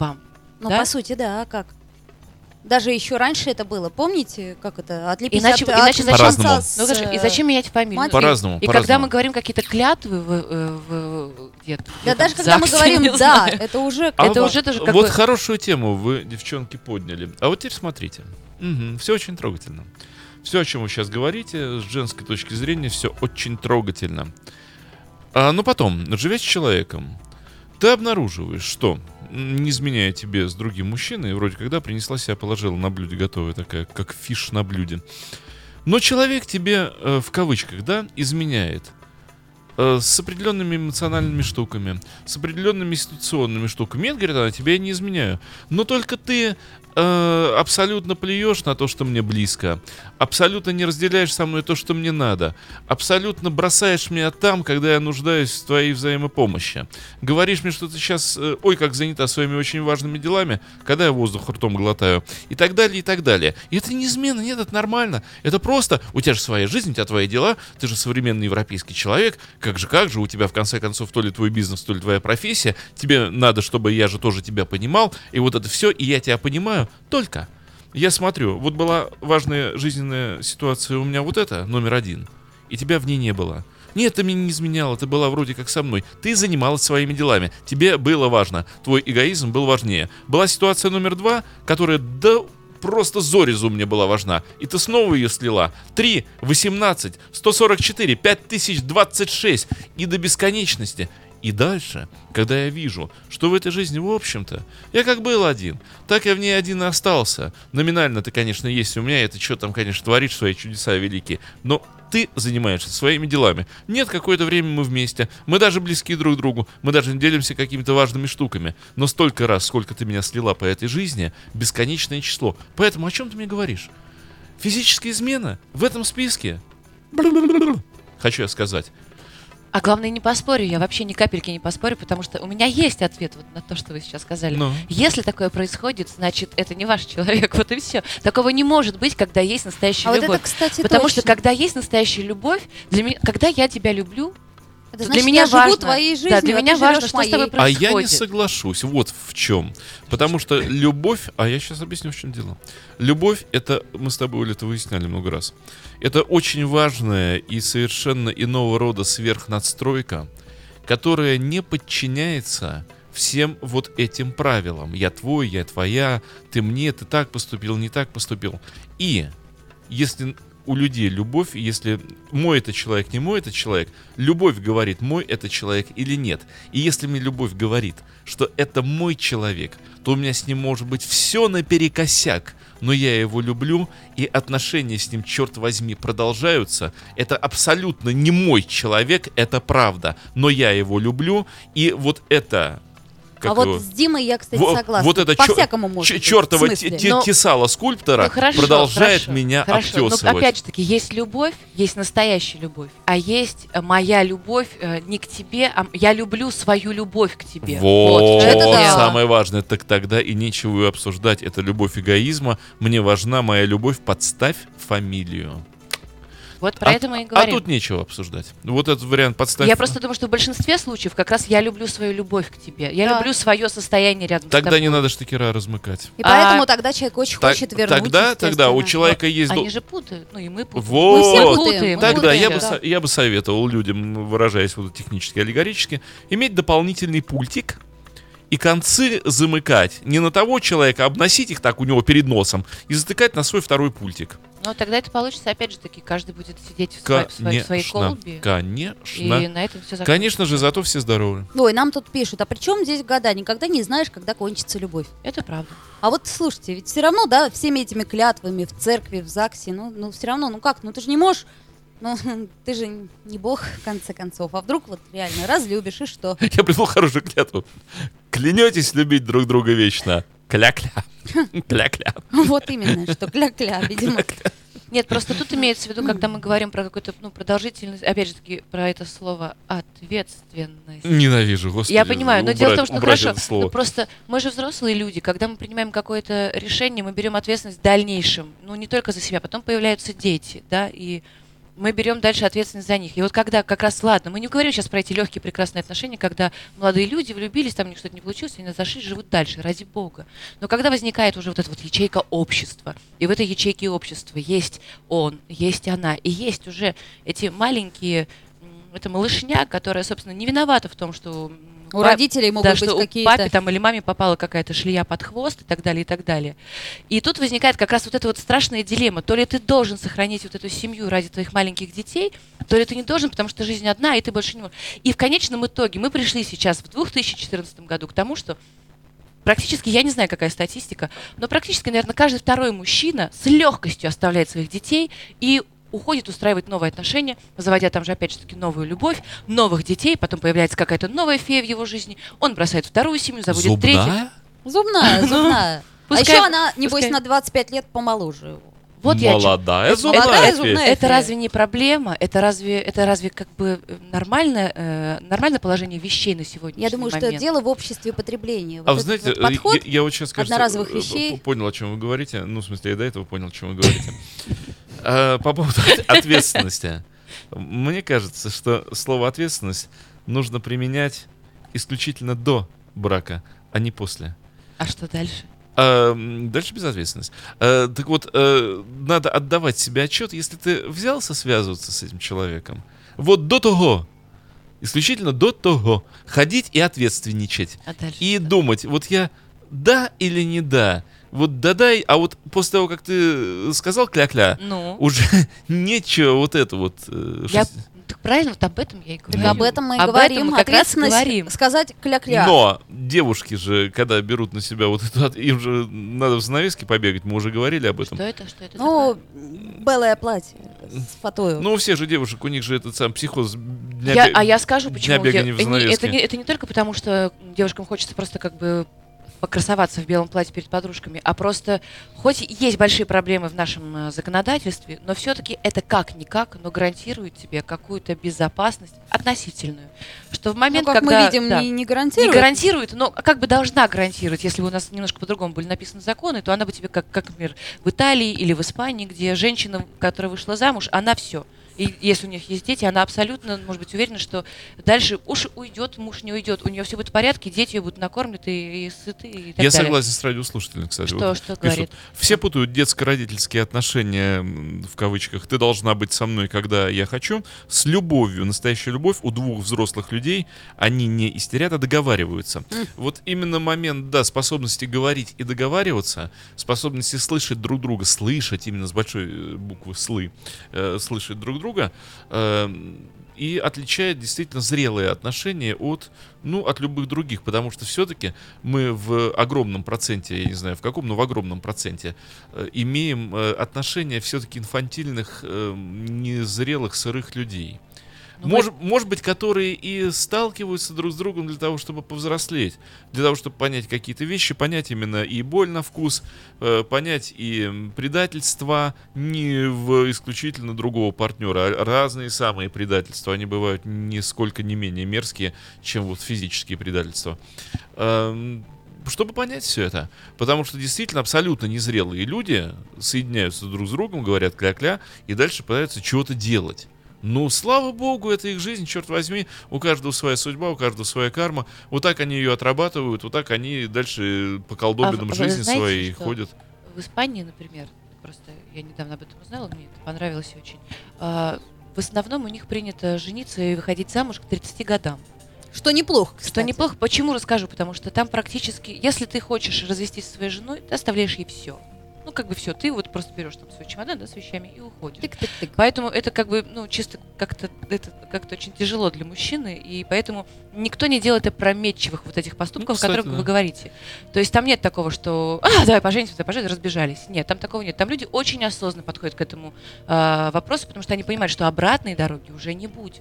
S5: вам.
S4: Ну,
S5: Да?
S4: по сути, да, а как? Даже еще раньше это было. Помните, как это? Отлепить
S5: Иначе-
S4: от, от
S5: иначе зачем-
S4: конца
S3: По-разному.
S4: с,
S5: Ну, конечно, и
S4: э,
S5: зачем менять фамилию?
S4: мать-
S5: Ну, и-
S3: По-разному,
S5: И когда
S3: по-разному.
S5: мы говорим какие-то клятвы в, э, в- где-то,
S4: Да
S5: в
S4: даже когда мы
S5: ЗАГСе, не
S4: говорим «да»,
S5: знаю.
S4: это уже...
S3: А
S4: как
S5: это
S4: бы-
S5: уже даже как
S3: Вот
S5: бы-
S3: хорошую тему вы, девчонки, подняли. А вот теперь смотрите. Все очень трогательно. Все, о чем вы сейчас говорите, с женской точки зрения, все очень трогательно. А, но потом, живя с человеком, ты обнаруживаешь, что, м, не изменяя тебе с другим мужчиной, вроде когда принесла себя, положила на блюде готовая такая, как фиш на блюде. Но человек тебе, э, в кавычках, да, изменяет. Э, с определенными эмоциональными штуками, с определенными ситуационными штуками. Нет, говорит она, тебе я не изменяю. Но только ты э, абсолютно плюешь на то, что мне близко. Абсолютно не разделяешь со мной то, что мне надо. Абсолютно бросаешь меня там, когда я нуждаюсь в твоей взаимопомощи. Говоришь мне, что ты сейчас, э, ой, как занята своими очень важными делами, когда я воздух ртом глотаю. И так далее, и так далее. И это не измена, нет, это нормально. Это просто, у тебя же своя жизнь, у тебя твои дела, ты же современный европейский человек. Как же, как же, у тебя в конце концов то ли твой бизнес, то ли твоя профессия. Тебе надо, чтобы я же тоже тебя понимал. И вот это все, и я тебя понимаю. Только я смотрю, вот была важная жизненная ситуация у меня вот это, номер один. И тебя в ней не было. Нет, ты меня не изменяла, ты была вроде как со мной. Ты занималась своими делами. Тебе было важно. Твой эгоизм был важнее. Была ситуация номер два, которая да просто зоризу мне была важна. И ты снова ее слила. 3, 18, 144, 5026 и до бесконечности. И дальше, когда я вижу, что в этой жизни, в общем-то, я как был один, так я в ней один и остался. Номинально ты, конечно, есть у меня, это что там, конечно, творишь свои чудеса великие, но ты занимаешься своими делами. Нет, какое-то время мы вместе, мы даже близки друг к другу, мы даже делимся какими-то важными штуками. Но столько раз, сколько ты меня слила по этой жизни, бесконечное число. Поэтому о чем ты мне говоришь? Физическая измена в этом списке? Хочу я сказать.
S5: А главное, не поспорю, я вообще ни капельки не поспорю, потому что у меня есть ответ вот на то, что вы сейчас сказали.
S3: Ну.
S5: Если такое происходит, значит, это не ваш человек, вот и все. Такого не может быть, когда есть настоящая
S4: А вот
S5: любовь.
S4: это, кстати,
S5: Потому
S4: точно.
S5: что когда есть настоящая любовь, для меня, когда я тебя люблю,
S4: Это
S5: для
S4: значит,
S5: меня
S4: я живу
S5: важно-
S4: твоей
S5: да,
S4: жизнью,
S5: для
S4: а
S5: меня
S4: ты
S5: важно,
S4: живешь
S5: что с тобой
S4: моей.
S5: про-
S3: А я не
S5: происходит.
S3: соглашусь. Вот в чем. Потому что любовь, а я сейчас объясню, в чем дело. Любовь это мы с тобой Оля, это выясняли много раз. Это очень важная и совершенно иного рода сверхнадстройка, которая не подчиняется всем вот этим правилам. Я твой, я твоя, ты мне, ты так поступил, не так поступил. И если у людей любовь, если мой это человек, не мой это человек, любовь говорит, мой это человек или нет. И если мне любовь говорит, что это мой человек, то у меня с ним может быть все наперекосяк, но я его люблю, и отношения с ним, черт возьми, продолжаются. Это абсолютно не мой человек, это правда, но я его люблю, и вот это... как
S4: а вот
S3: его-
S4: с Димой я, кстати,
S3: во-
S4: согласна.
S3: Вот это
S4: По-всякому может быть, в
S3: чертово
S4: смысле.
S5: Но-
S3: тесало скульптора
S5: ну, хорошо,
S3: продолжает
S5: хорошо,
S3: меня
S5: хорошо.
S4: Ну,
S5: Но,
S3: обтесывать.
S5: опять же таки, есть любовь, есть настоящая любовь, а есть э, моя любовь э, не к тебе, а м- я люблю свою любовь к тебе.
S3: Вот,
S5: в чем
S4: это
S5: дело.
S4: да.
S3: самое важное. Так тогда и нечего и обсуждать. Это любовь эгоизма. Мне важна моя любовь. Подставь фамилию.
S5: Вот про
S3: а,
S5: это мы и
S3: а
S5: говорим.
S3: тут нечего обсуждать. Вот этот вариант подставь.
S5: Я просто думаю, что в большинстве случаев как раз я люблю свою любовь к тебе. Я
S4: Да.
S5: люблю свое состояние рядом с
S3: Тогда
S5: тобой.
S3: не надо штыкера размыкать.
S4: И поэтому
S5: А-
S4: тогда человек очень
S3: Так-
S4: хочет вернуть,
S3: тогда, тогда у
S4: естественно. А
S3: человека есть... дол-
S5: Они же путают, ну и мы путаем.
S3: Вот.
S4: Мы все
S3: Вот.
S4: путаем. мы
S3: Тогда я
S4: путаем,
S3: бы,
S4: да.
S3: со- я бы советовал людям, выражаясь вот технически аллегорически, иметь дополнительный пультик и концы замыкать не на того человека, а обносить их так у него перед носом и затыкать на свой второй пультик.
S5: Но тогда это получится, опять же таки, каждый будет сидеть в, сво- в своей- в своей колбе. И
S3: Конечно.
S5: на этом все закончится.
S3: Конечно же, зато все здоровы.
S4: Ой, нам тут пишут, а при чем здесь года? Никогда не знаешь, когда кончится любовь.
S5: Это правда.
S4: А вот слушайте, ведь все равно, да, всеми этими клятвами в церкви, в ЗАГСе, ну, ну все равно, ну как, ну ты же не можешь, ну ты же не бог, в конце концов. А вдруг вот реально разлюбишь, и что?
S3: Я придумал хорошую клятву. Клянетесь любить друг друга вечно. Кля-кля. Кля-кля.
S4: Вот именно, что кля-кля, видимо.
S5: Нет, просто тут имеется в виду, когда мы говорим про какую-то ну, продолжительность, опять же таки, про это слово ответственность.
S3: Ненавижу, господи.
S5: Я понимаю, но дело в
S3: убрать-
S5: том, что ну,
S3: убрать
S5: хорошо,
S3: это
S5: ну,
S3: слово.
S5: просто мы же взрослые люди, когда мы принимаем какое-то решение, мы берем ответственность в дальнейшем, ну не только за себя, потом появляются дети, да, и мы берем дальше ответственность за них. И вот когда как раз, ладно, мы не говорим сейчас про эти легкие прекрасные отношения, когда молодые люди влюбились, там у них что-то не получилось, они зашли, живут дальше, ради бога. Но когда возникает уже вот эта вот ячейка общества, и в этой ячейке общества есть он, есть она, и есть уже эти маленькие, м, это малышня, которая, собственно, не виновата в том, что м,
S4: У
S5: пап-
S4: родителей могут
S5: да,
S4: быть
S5: что у
S4: какие-то...
S5: папе там или маме попала какая-то шлея под хвост и так далее, и так далее. И тут возникает как раз вот эта вот страшная дилемма. То ли ты должен сохранить вот эту семью ради твоих маленьких детей, то ли ты не должен, потому что жизнь одна, и ты больше не можешь. И в конечном итоге мы пришли сейчас в 2014 году к тому, что практически, я не знаю, какая статистика, но практически, наверное, каждый второй мужчина с легкостью оставляет своих детей и уходит устраивать новые отношения, заводя там же, опять же таки, новую любовь, новых детей, потом появляется какая-то новая фея в его жизни, он бросает вторую семью, заводит третью.
S3: Зубная?
S4: Зубная, зубная. А
S5: Ну, пускай-
S4: еще она, небось,
S5: пускай.
S4: на 25 лет помоложе его.
S5: Вот я о чём.
S3: Молодая
S5: Это
S3: зубная.
S4: молодая
S3: фея.
S4: зубная.
S5: Это
S4: Эфи.
S5: разве не проблема? Это разве, это разве как бы э, нормальное, э, нормальное положение вещей на сегодня?
S4: Я думаю, что дело в обществе потребления. Вот
S3: А вы
S4: этот
S3: знаете,
S4: вот подход,
S3: э, я, я вот сейчас, кажется,
S4: одноразовых
S3: э,
S4: вещей.
S3: п- понял, о чем вы говорите. Ну, в смысле, я до этого понял, о чем вы говорите. Э, По поводу от- ответственности. Мне кажется, что слово ответственность нужно применять исключительно до брака, а не после.
S5: А что дальше?
S3: А, м, дальше безответственность. Э, так вот, э, надо отдавать себе отчет, если ты взялся связываться с этим человеком. Вот до того, исключительно до того, ходить и ответственничать.
S5: А дальше?
S3: И думать, вот я да или не да. Вот да-дай, а вот после того, как ты сказал кля-кля,
S5: Ну,
S3: уже нечего вот это вот... э,
S5: я,
S3: шесть-
S5: так правильно, вот об этом я и говорю.
S4: так об этом мы и
S5: Об этом
S4: говорим.
S5: мы как раз
S4: ответственность
S5: говорим.
S4: сказать кля-кля.
S3: Но девушки же, когда берут на себя вот это, от- им же надо в занавеске побегать, мы уже говорили об этом.
S5: Что это, что это?
S4: Ну,
S5: такое?
S4: белое платье с фатою.
S3: Ну, у всех же девушек, у них же этот сам психоз дня
S5: Я-
S3: бе-
S5: а я скажу,
S3: дня
S5: почему.
S3: бегания
S5: я- э,
S3: в
S5: не- это,
S3: занавеске.
S5: не, это не только потому, что девушкам хочется просто как бы покрасоваться в белом платье перед подружками, а просто, хоть и есть большие проблемы в нашем э, законодательстве, но все-таки это как-никак, но гарантирует тебе какую-то безопасность относительную. Что в
S4: Ну,
S5: момент,
S4: как
S5: когда...
S4: мы видим,
S5: да.
S4: не, не
S5: Не
S4: гарантирует.
S5: гарантирует, но как бы должна гарантировать. Если бы у нас немножко по-другому были написаны законы, то она бы тебе, как, как например, в Италии или в Испании, где женщина, которая вышла замуж, она все. И если у них есть дети, она абсолютно может быть уверена, что дальше уж уйдет, муж не уйдет, у нее все будет в порядке, дети ее будут накормлены и, и сыты, и так
S3: Я
S5: далее.
S3: согласен с радиослушателем, кстати.
S5: Что-
S3: вот
S5: что
S3: пишут.
S5: говорит?
S3: Все путают детско-родительские отношения, м, в кавычках. Ты должна быть со мной, когда я хочу. С любовью. Настоящая любовь у двух взрослых людей. Они не истерят, а договариваются. Вот именно момент, да, способности говорить и договариваться, способности слышать друг друга, слышать именно с большой э, буквы «слы», э, слышать друг друга, э, и отличает действительно зрелые отношения от, ну, от любых других, потому что все-таки мы в огромном проценте, я не знаю в каком, но в огромном проценте э, имеем э, отношения все-таки инфантильных, э, незрелых, сырых людей.
S5: Ну,
S3: Мож- может быть, которые и сталкиваются друг с другом для того, чтобы повзрослеть, для того, чтобы понять какие-то вещи, понять именно и боль на вкус, э, понять и м, предательства не в исключительно другого партнера. а Разные самые предательства, они бывают нисколько не менее мерзкие, чем вот физические предательства. Эм, чтобы понять все это. Потому что действительно абсолютно незрелые люди соединяются друг с другом, говорят кля-кля, и дальше пытаются чего-то делать. Ну, слава богу, это их жизнь, черт возьми, у каждого своя судьба, у каждого своя карма. Вот так они ее отрабатывают, вот так они дальше по колдобинам
S5: А вы- вы
S3: жизни
S5: знаете,
S3: своей
S5: что?
S3: ходят.
S5: в Испании, например, просто я недавно об этом узнала, мне это понравилось очень. а, в основном у них принято жениться и выходить замуж к 30 годам.
S4: Что неплохо,
S5: Что
S4: кстати.
S5: неплохо. Почему расскажу? Потому что там практически, если ты хочешь развестись со своей женой, ты оставляешь ей все. Ну, как бы все, ты вот просто берешь там свой чемодан, да, с вещами и уходишь.
S4: Тык-тык-тык.
S5: Поэтому это как бы, ну, чисто как-то это как-то очень тяжело для мужчины, и поэтому никто не делает опрометчивых вот этих поступков,
S3: Ну,
S5: о
S3: кстати,
S5: которых
S3: да.
S5: вы говорите. То есть там нет такого, что «А, давай поженимся, давай поженимся», разбежались. Нет, там такого нет. Там люди очень а, осознанно подходят к этому э, вопросу, потому что они понимают, что обратной дороги уже не будет.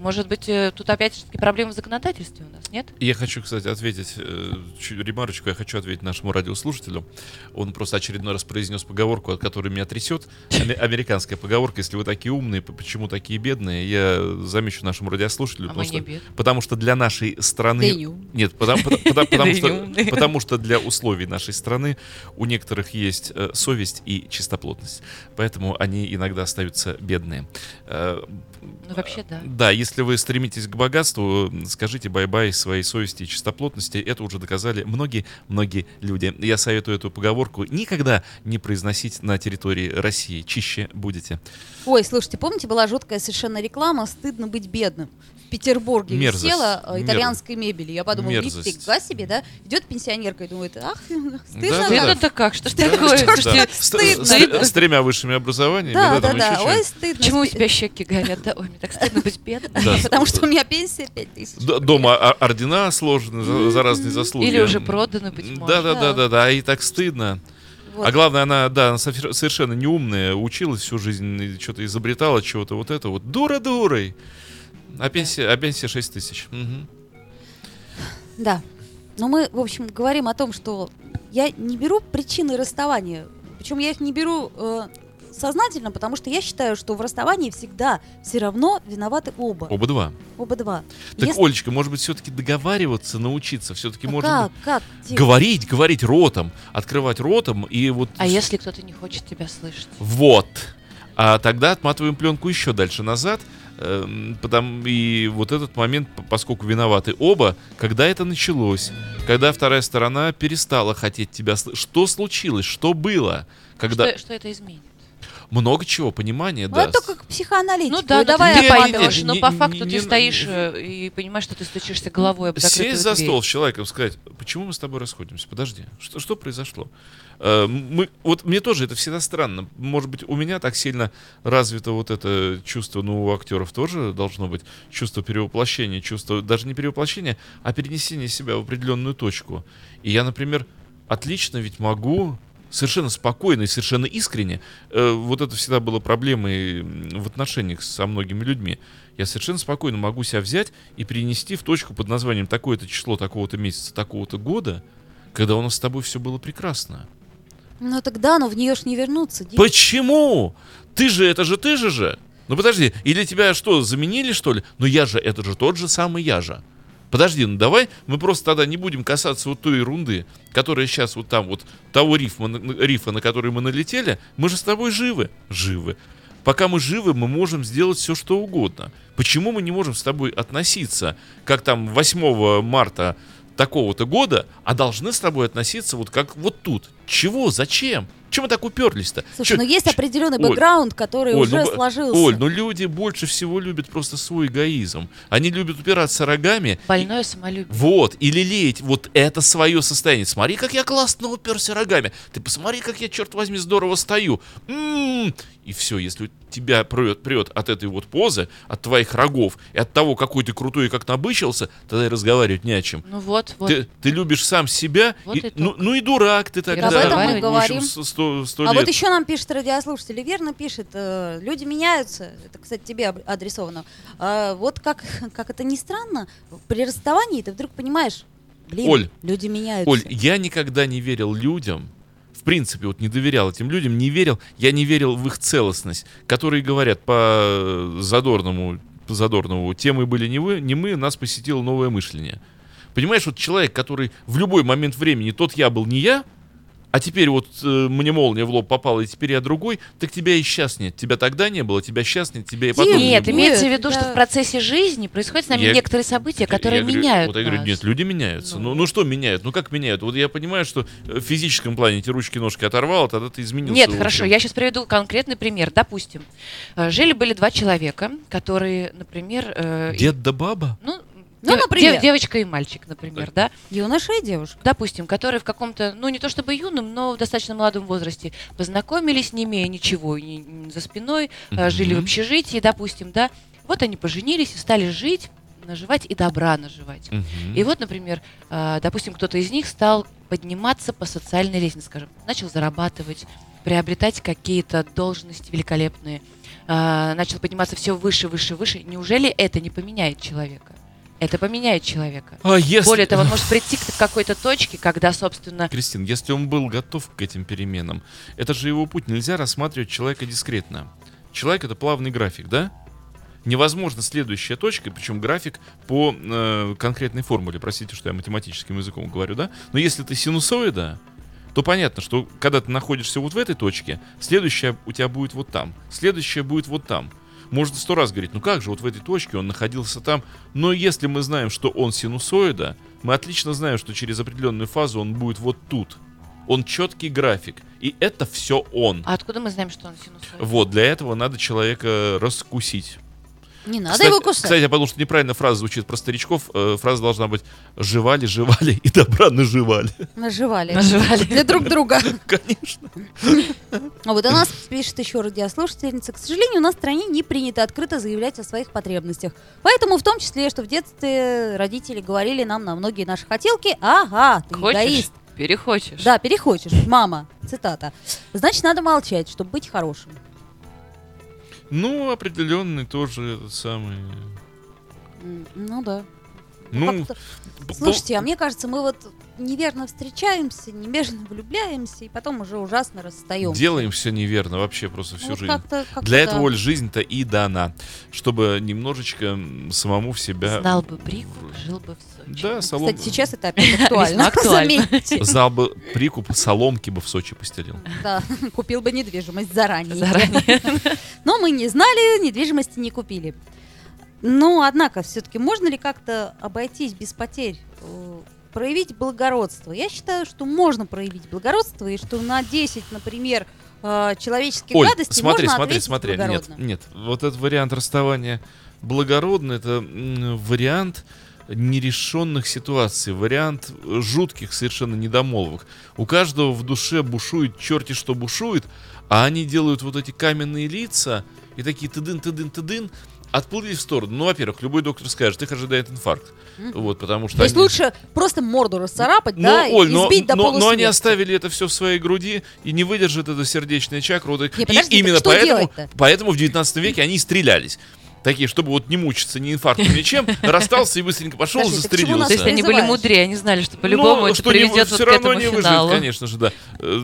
S5: Может быть, э, тут опять же таки проблема в законодательстве у нас, нет?
S3: Я хочу, кстати, ответить, э, чу- ремарочку я хочу ответить нашему радиослушателю. Он просто очередной раз произнес поговорку, от которой меня трясет. Аме- Американская поговорка, если вы такие умные, п- почему такие бедные? Я замечу нашему радиослушателю,
S5: А мы
S3: потому,
S5: не
S3: что,
S5: бед.
S3: потому что для нашей страны...
S4: Да и не ум.
S3: Нет, потому, потому- потому- потому
S5: Да и не
S3: что,
S5: умные.
S3: потому что для условий нашей страны у некоторых есть э, совесть и чистоплотность. Поэтому они иногда остаются бедные. Э,
S5: Ну, вообще, да.
S3: да, если вы стремитесь к богатству, м, скажите бай-бай своей совести и чистоплотности. Это уже доказали многие-многие люди. Я советую эту поговорку никогда не произносить на территории России. Чище будете.
S4: Ой, слушайте, помните, была жуткая совершенно реклама «Стыдно быть бедным». В Петербурге
S3: Мерзость.
S4: висела э,
S3: Мер-
S4: итальянской мебели. Я подумала,
S3: Мерзость.
S4: нифига себе, да? Идет пенсионерка и думает, ах, стыдно.
S3: Да,
S5: Ну,
S4: нам».
S5: Это как? Что ж такое? Слушайте,
S3: Да. С-
S4: стыдно.
S3: с- С с тремя высшими образованиями.
S4: Да, да,
S3: там
S4: да.
S3: еще
S4: Ой,
S3: что-нибудь.
S4: стыдно.
S5: Почему у
S4: стыдно.
S5: тебя щеки горят? Да, ой, мне так стыдно быть бедным.
S3: Да.
S4: Потому что у меня пенсия 5 тысяч.
S3: Д- Дома о- ордена сложены за, за разные заслуги.
S5: Или уже проданы, быть
S3: Да,
S5: может.
S3: да, да, да, да. И так стыдно.
S4: Вот.
S3: А главное, она, да, она софер- совершенно неумная, училась всю жизнь, и что-то изобретала, чего-то вот это вот. Дура дурой! А пенсия, а пенсия 6 тысяч. Мгм.
S4: Да. Но мы, в общем, говорим о том, что я не беру причины расставания. Причем я их не беру э, сознательно, потому что я считаю, что в расставании всегда все равно виноваты оба.
S3: Оба два.
S4: Оба два.
S3: Так,
S4: Если-
S3: Олечка, может быть, все-таки договариваться, научиться, все-таки
S4: А
S3: можно
S4: как? Как? Тим?
S3: говорить, говорить ротом, открывать ротом и вот...
S5: А если кто-то не хочет тебя слышать?
S3: Вот. А тогда отматываем пленку еще дальше назад. Потому и вот этот момент, п- поскольку виноваты оба, когда это началось, когда вторая сторона перестала хотеть тебя слышать, что случилось, что было, когда
S5: Что, что это изменит?
S3: много чего понимания
S4: Ну,
S3: даст.
S4: это как психоаналитику.
S5: Ну да,
S4: И
S5: ну,
S4: давай
S5: ты
S3: не- не-
S4: опаздывай.
S5: поймешь,
S3: не-
S5: но по
S3: не-
S5: факту
S3: не-
S5: ты стоишь э, и понимаешь, что ты стучишься головой об закрытую
S3: Сесть за
S5: дверь.
S3: стол с человеком, сказать, почему мы с тобой расходимся? Подожди, что, что произошло? Э, Мы, вот мне тоже это всегда странно. Может быть, у меня так сильно развито вот это чувство, ну, у актеров тоже должно быть чувство перевоплощения, чувство даже не перевоплощения, а перенесения себя в определенную точку. И я, например, отлично ведь могу совершенно спокойно и совершенно искренне. Э, вот это всегда было проблемой м, в отношениях со многими людьми. Я совершенно спокойно могу себя взять и перенести в точку под названием такое-то число, такого-то месяца, такого-то года, когда у нас с тобой все было прекрасно.
S4: Ну тогда, но в нее ж не вернуться. Дим.
S3: Почему? Ты же, это же ты же же. Ну подожди, или тебя что, заменили что ли? Ну я же, это же тот же самый я же. Подожди, ну давай мы просто тогда не будем касаться вот той ерунды, которая сейчас вот там вот того рифма, на- на- рифа, на который мы налетели. Мы же с тобой живы. Живы. Пока мы живы, мы можем сделать все, что угодно. Почему мы не можем с тобой относиться, как там 8 марта такого-то года, а должны с тобой относиться вот как вот тут? Чего? Зачем? Чем мы так уперлись-то?
S4: Слушай,
S3: Чё-
S4: ну есть
S3: чё-
S4: определенный
S3: Оль,
S4: бэкграунд, который
S3: Оль,
S4: уже
S3: ну, б-
S4: сложился.
S3: Оль, ну люди больше всего любят просто свой эгоизм. Они любят упираться рогами
S5: Больное самолюбие.
S3: вот, и лелеять вот это свое состояние. Смотри, как я классно уперся рогами. Ты посмотри, как я, черт возьми, здорово стою. М, И все, если тебя прет, прет от этой вот позы, от твоих рогов и от того, какой ты крутой и как набычился, тогда и разговаривать не о чем.
S5: Ну вот, вот.
S3: Ты, ты любишь сам себя,
S5: Вот
S3: и-
S5: итог.
S3: ну, ну и дурак ты тогда.
S5: об этом мы
S3: в общем,
S4: говорим.
S3: с- сто- сто
S4: А
S3: лет.
S4: вот еще нам пишет радиослушатель, и верно пишет, э, люди меняются, это, кстати, тебе об- адресовано. А вот как, как это ни странно, при расставании ты вдруг понимаешь, блин,
S3: Оль,
S4: люди меняются.
S3: Оль, я никогда не верил людям, в принципе, вот не доверял этим людям, не верил, я не верил в их целостность, которые говорят по э, задорному, по задорному, темы были не, вы, не мы, нас посетило новое мышление. Понимаешь, вот человек, который в любой момент времени тот я был не я, а теперь вот э, мне молния в лоб попала, и теперь я другой, так тебя и сейчас нет. Тебя тогда не было, тебя сейчас нет, тебя и потом не
S5: Нет,
S3: было.
S5: имеется в
S4: Нет,
S5: виду,
S4: это-
S5: что в процессе жизни происходят с нами
S3: Я-
S5: некоторые события, которые
S3: Я говорю-
S5: меняют
S3: Вот я говорю,
S5: нас.
S3: нет, люди меняются. Ну.
S5: Ну.
S3: Ну, что меняют? Ну как меняют? Вот я понимаю, что э, в физическом плане эти ручки-ножки оторвало, тогда ты изменился.
S5: Нет,
S3: в общем.
S5: хорошо, я сейчас приведу конкретный пример. Допустим, э, жили-были два человека, которые, например... э, и-
S3: Дед да баба?
S5: Ну,
S4: Ну,
S5: дев-
S4: например.
S5: дев- девочка и мальчик, например, да?
S4: Юноша и девушка.
S5: Допустим, которые в каком-то, ну не то чтобы юном, но в достаточно молодом возрасте познакомились, не имея ничего ни- ни за спиной, э, жили в
S3: Мгм.
S5: общежитии, допустим, да. Вот они поженились и стали жить наживать и добра наживать.
S3: Мгм.
S5: И вот, например, а, допустим, кто-то из них стал подниматься по социальной лестнице, скажем, начал зарабатывать, приобретать какие-то должности великолепные, а, начал подниматься все выше, выше, выше. Неужели это не поменяет человека? Это поменяет человека.
S3: А если...
S5: Более того, ну он может прийти к какой-то точке, когда, собственно,
S3: Кристин, если он был готов к этим переменам, это же его путь, нельзя рассматривать человека дискретно. Человек это плавный график, да? Невозможно следующая точка, причем график по э, конкретной формуле, простите, что я математическим языком говорю, да? Но если ты синусоида, то понятно, что когда ты находишься вот в этой точке, следующая у тебя будет вот там, следующая будет вот там. Можно сто раз говорить, ну как же, вот в этой точке он находился там. Но если мы знаем, что он синусоида, мы отлично знаем, что через определенную фазу он будет вот тут. Он четкий график. И это все он.
S5: а откуда мы знаем, что он синусоид?
S3: Вот, для этого надо человека раскусить.
S4: Не надо
S3: кстати,
S4: его кусать.
S3: кстати, я подумал, что неправильно фраза звучит про старичков. Э, фраза должна быть «жевали, жевали и добра наживали».
S4: Наживали.
S5: Наживали.
S4: Для друг друга.
S3: Конечно.
S4: А вот у нас пишет еще радиослушательница. К сожалению, у нас в стране не принято открыто заявлять о своих потребностях. Поэтому в том числе, что в детстве родители говорили нам на многие наши хотелки, ага, ты
S5: Хочешь?
S4: эгоист.
S5: Перехочешь.
S4: Да, перехочешь. Мама, цитата. Значит, надо молчать, чтобы быть хорошим.
S3: Ну, определенный тоже этот самый...
S4: М, Ну да.
S3: Ну,
S4: Как-то-
S3: б- б-
S4: Слушайте, а мне кажется, мы вот неверно встречаемся, неверно влюбляемся, и потом уже ужасно расстаемся. Ну,
S3: делаем все неверно вообще просто всю
S4: Вот
S3: жизнь.
S4: как-то- как-то
S3: Для этого,
S4: да.
S3: Оль, жизнь-то и дана, чтобы немножечко м, самому в себя...
S5: Знал бы прикуп, жил бы в Сочи.
S3: Да, солом...
S4: Кстати, сейчас это опять актуально.
S5: Весьма актуально.
S4: Заметьте.
S3: Зал бы прикуп соломки бы в Сочи постелил.
S4: Да, купил бы недвижимость заранее.
S5: Заранее.
S4: Но мы не знали, недвижимости не купили. Но, однако, все-таки можно ли как-то обойтись без потерь? Э, Проявить благородство. Я считаю, что можно проявить благородство, и что на 10, например, э, человеческих
S3: Оль,
S4: гадостей
S3: смотри,
S4: можно
S3: смотри,
S4: ответить
S3: смотри. Нет,
S4: благородно.
S3: нет. Вот этот вариант расставания благородный, это м, вариант нерешенных ситуаций, вариант э, жутких совершенно недомолвок. У каждого в душе бушует черти что бушует, а они делают вот эти каменные лица и такие тыдын, тыдын, тыдын, отплыли в сторону. Ну, во-первых, любой доктор скажет, их ожидает инфаркт.
S4: Мгм.
S3: Вот, потому что...
S4: То есть
S3: они-
S4: лучше просто морду расцарапать,
S3: Ну,
S4: да,
S3: Оль,
S4: и
S3: но,
S4: избить до
S3: но- но они
S4: полусмерти.
S3: оставили это все в своей груди и не выдержит эту сердечная чакра. Вот это-
S4: Не,
S3: и
S4: подожди, так
S3: именно
S4: что
S3: поэтому,
S4: делать-то?
S3: поэтому в 19 веке они и стрелялись. Такие, чтобы вот не мучиться ни инфарктом, ничем, расстался и быстренько пошел,
S4: Подожди, так чему
S3: застрелился.
S4: нас
S5: То есть они были
S4: Призываешь.
S5: мудрее, они знали, что по-любому
S3: Ну,
S5: это
S3: что не-
S5: приведет вот
S3: всё
S5: к
S3: равно
S5: этому
S3: не выживет,
S5: финалу.
S3: конечно же, да. Э,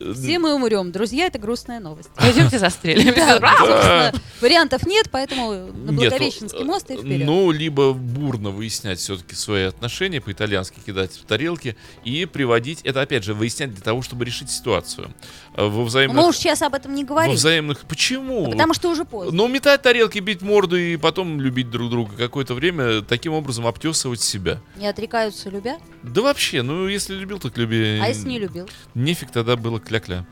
S3: э,
S4: Все мы умрем, друзья, это грустная новость.
S5: Пойдемте застрелим.
S4: Собственно, вариантов нет, поэтому на
S3: Э. Нет,
S4: Благовещенский
S3: э,
S4: мост и вперед.
S3: Ну, либо бурно выяснять все-таки свои отношения, по-итальянски кидать в тарелки и приводить, это опять же выяснять для того, чтобы решить ситуацию. Э, Во
S4: мы
S3: взаимных...
S4: уж сейчас об этом не
S3: Во
S4: говорим.
S3: взаимных... Почему?
S4: Да Потому что уже поздно.
S3: Ну, метать тарелки, бить морду и потом любить друг друга какое-то время, таким образом обтесывать себя.
S4: Не отрекаются любя,
S3: Да вообще, ну если любил, так люби.
S4: а если не любил?
S3: Нефиг тогда было кля-кля.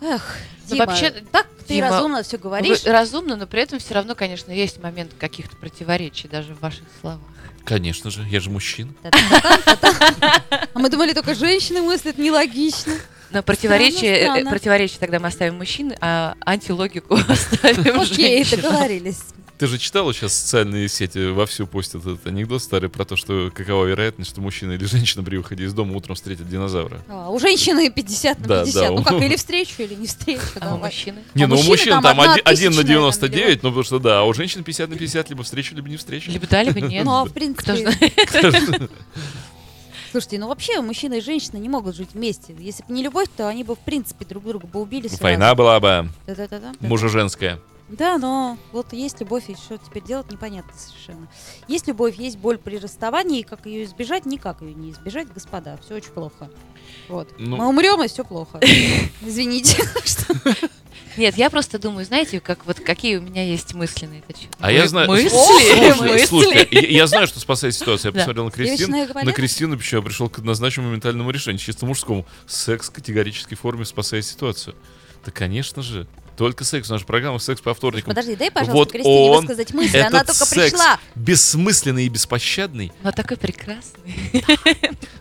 S4: Эх,
S5: Ну,
S4: Дима, э,
S5: вообще,
S4: так ты
S5: Дима,
S4: разумно все говоришь.
S5: Вы- Разумно, но при этом все равно, конечно, есть момент каких-то противоречий даже в ваших словах.
S3: Конечно же, я же мужчина.
S4: Та-та-та-та-та. А мы думали, только женщины мыслят нелогично.
S5: Но противоречие, э,
S4: странно.
S5: противоречие тогда мы оставим мужчин, а антилогику оставим
S4: Окей,
S5: женщинам.
S4: договорились.
S3: Ты же читала сейчас социальные сети вовсю постят этот анекдот старый про то, что какова вероятность, что мужчина или женщина при выходе из дома утром встретит динозавра.
S4: А, У женщины 50 на
S3: Да, да,
S4: 50. Ну
S3: у-
S4: как, или встречу, или не встречу.
S5: А у
S4: давай.
S5: мужчины?
S3: Не,
S4: А
S3: ну у мужчин там,
S4: одна
S3: 1 на
S4: тысячная, там,
S3: 99, ну потому что да, а у женщин 50 на 50, либо встречу, либо не встречу.
S5: Либо да, либо
S4: или-
S5: нет.
S4: Ну, а в
S5: Кто
S4: принципе,
S5: знает?
S4: слушайте, ну вообще мужчина и женщина не могут жить вместе. Если бы не любовь, то они бы, в принципе, друг друга бы убили сразу.
S3: Война была бы
S4: Да-да-да-да.
S3: мужа-женская.
S4: Да, но вот есть любовь, и что теперь делать, непонятно совершенно. Есть любовь, есть боль при расставании, и как ее избежать, никак ее не избежать, господа, все очень плохо. Вот.
S3: Ну.
S4: Мы умрем, и все плохо. Извините. что-
S5: Нет, я просто думаю, знаете, как вот какие у меня есть мысли на этот счет.
S3: А я
S5: Мы-
S3: знаю...
S5: Мысли,
S3: Слушай,
S5: мысли.
S3: слушай, я, я знаю, что спасает ситуацию. Я
S5: Да.
S3: посмотрел на Кристину.
S4: Девичная
S3: На
S4: говорят?
S3: Кристину почему я пришел к однозначному моментальному решению, чисто мужскому. Секс в категорической форме спасает ситуацию. Да, конечно же. Только секс. У нас же программа «Секс по вторникам».
S4: Подожди, дай, пожалуйста,
S3: Вот
S4: Кристине
S3: он,
S4: высказать мысль. Она только
S3: секс,
S4: пришла.
S3: бессмысленный и беспощадный,
S5: Но такой прекрасный.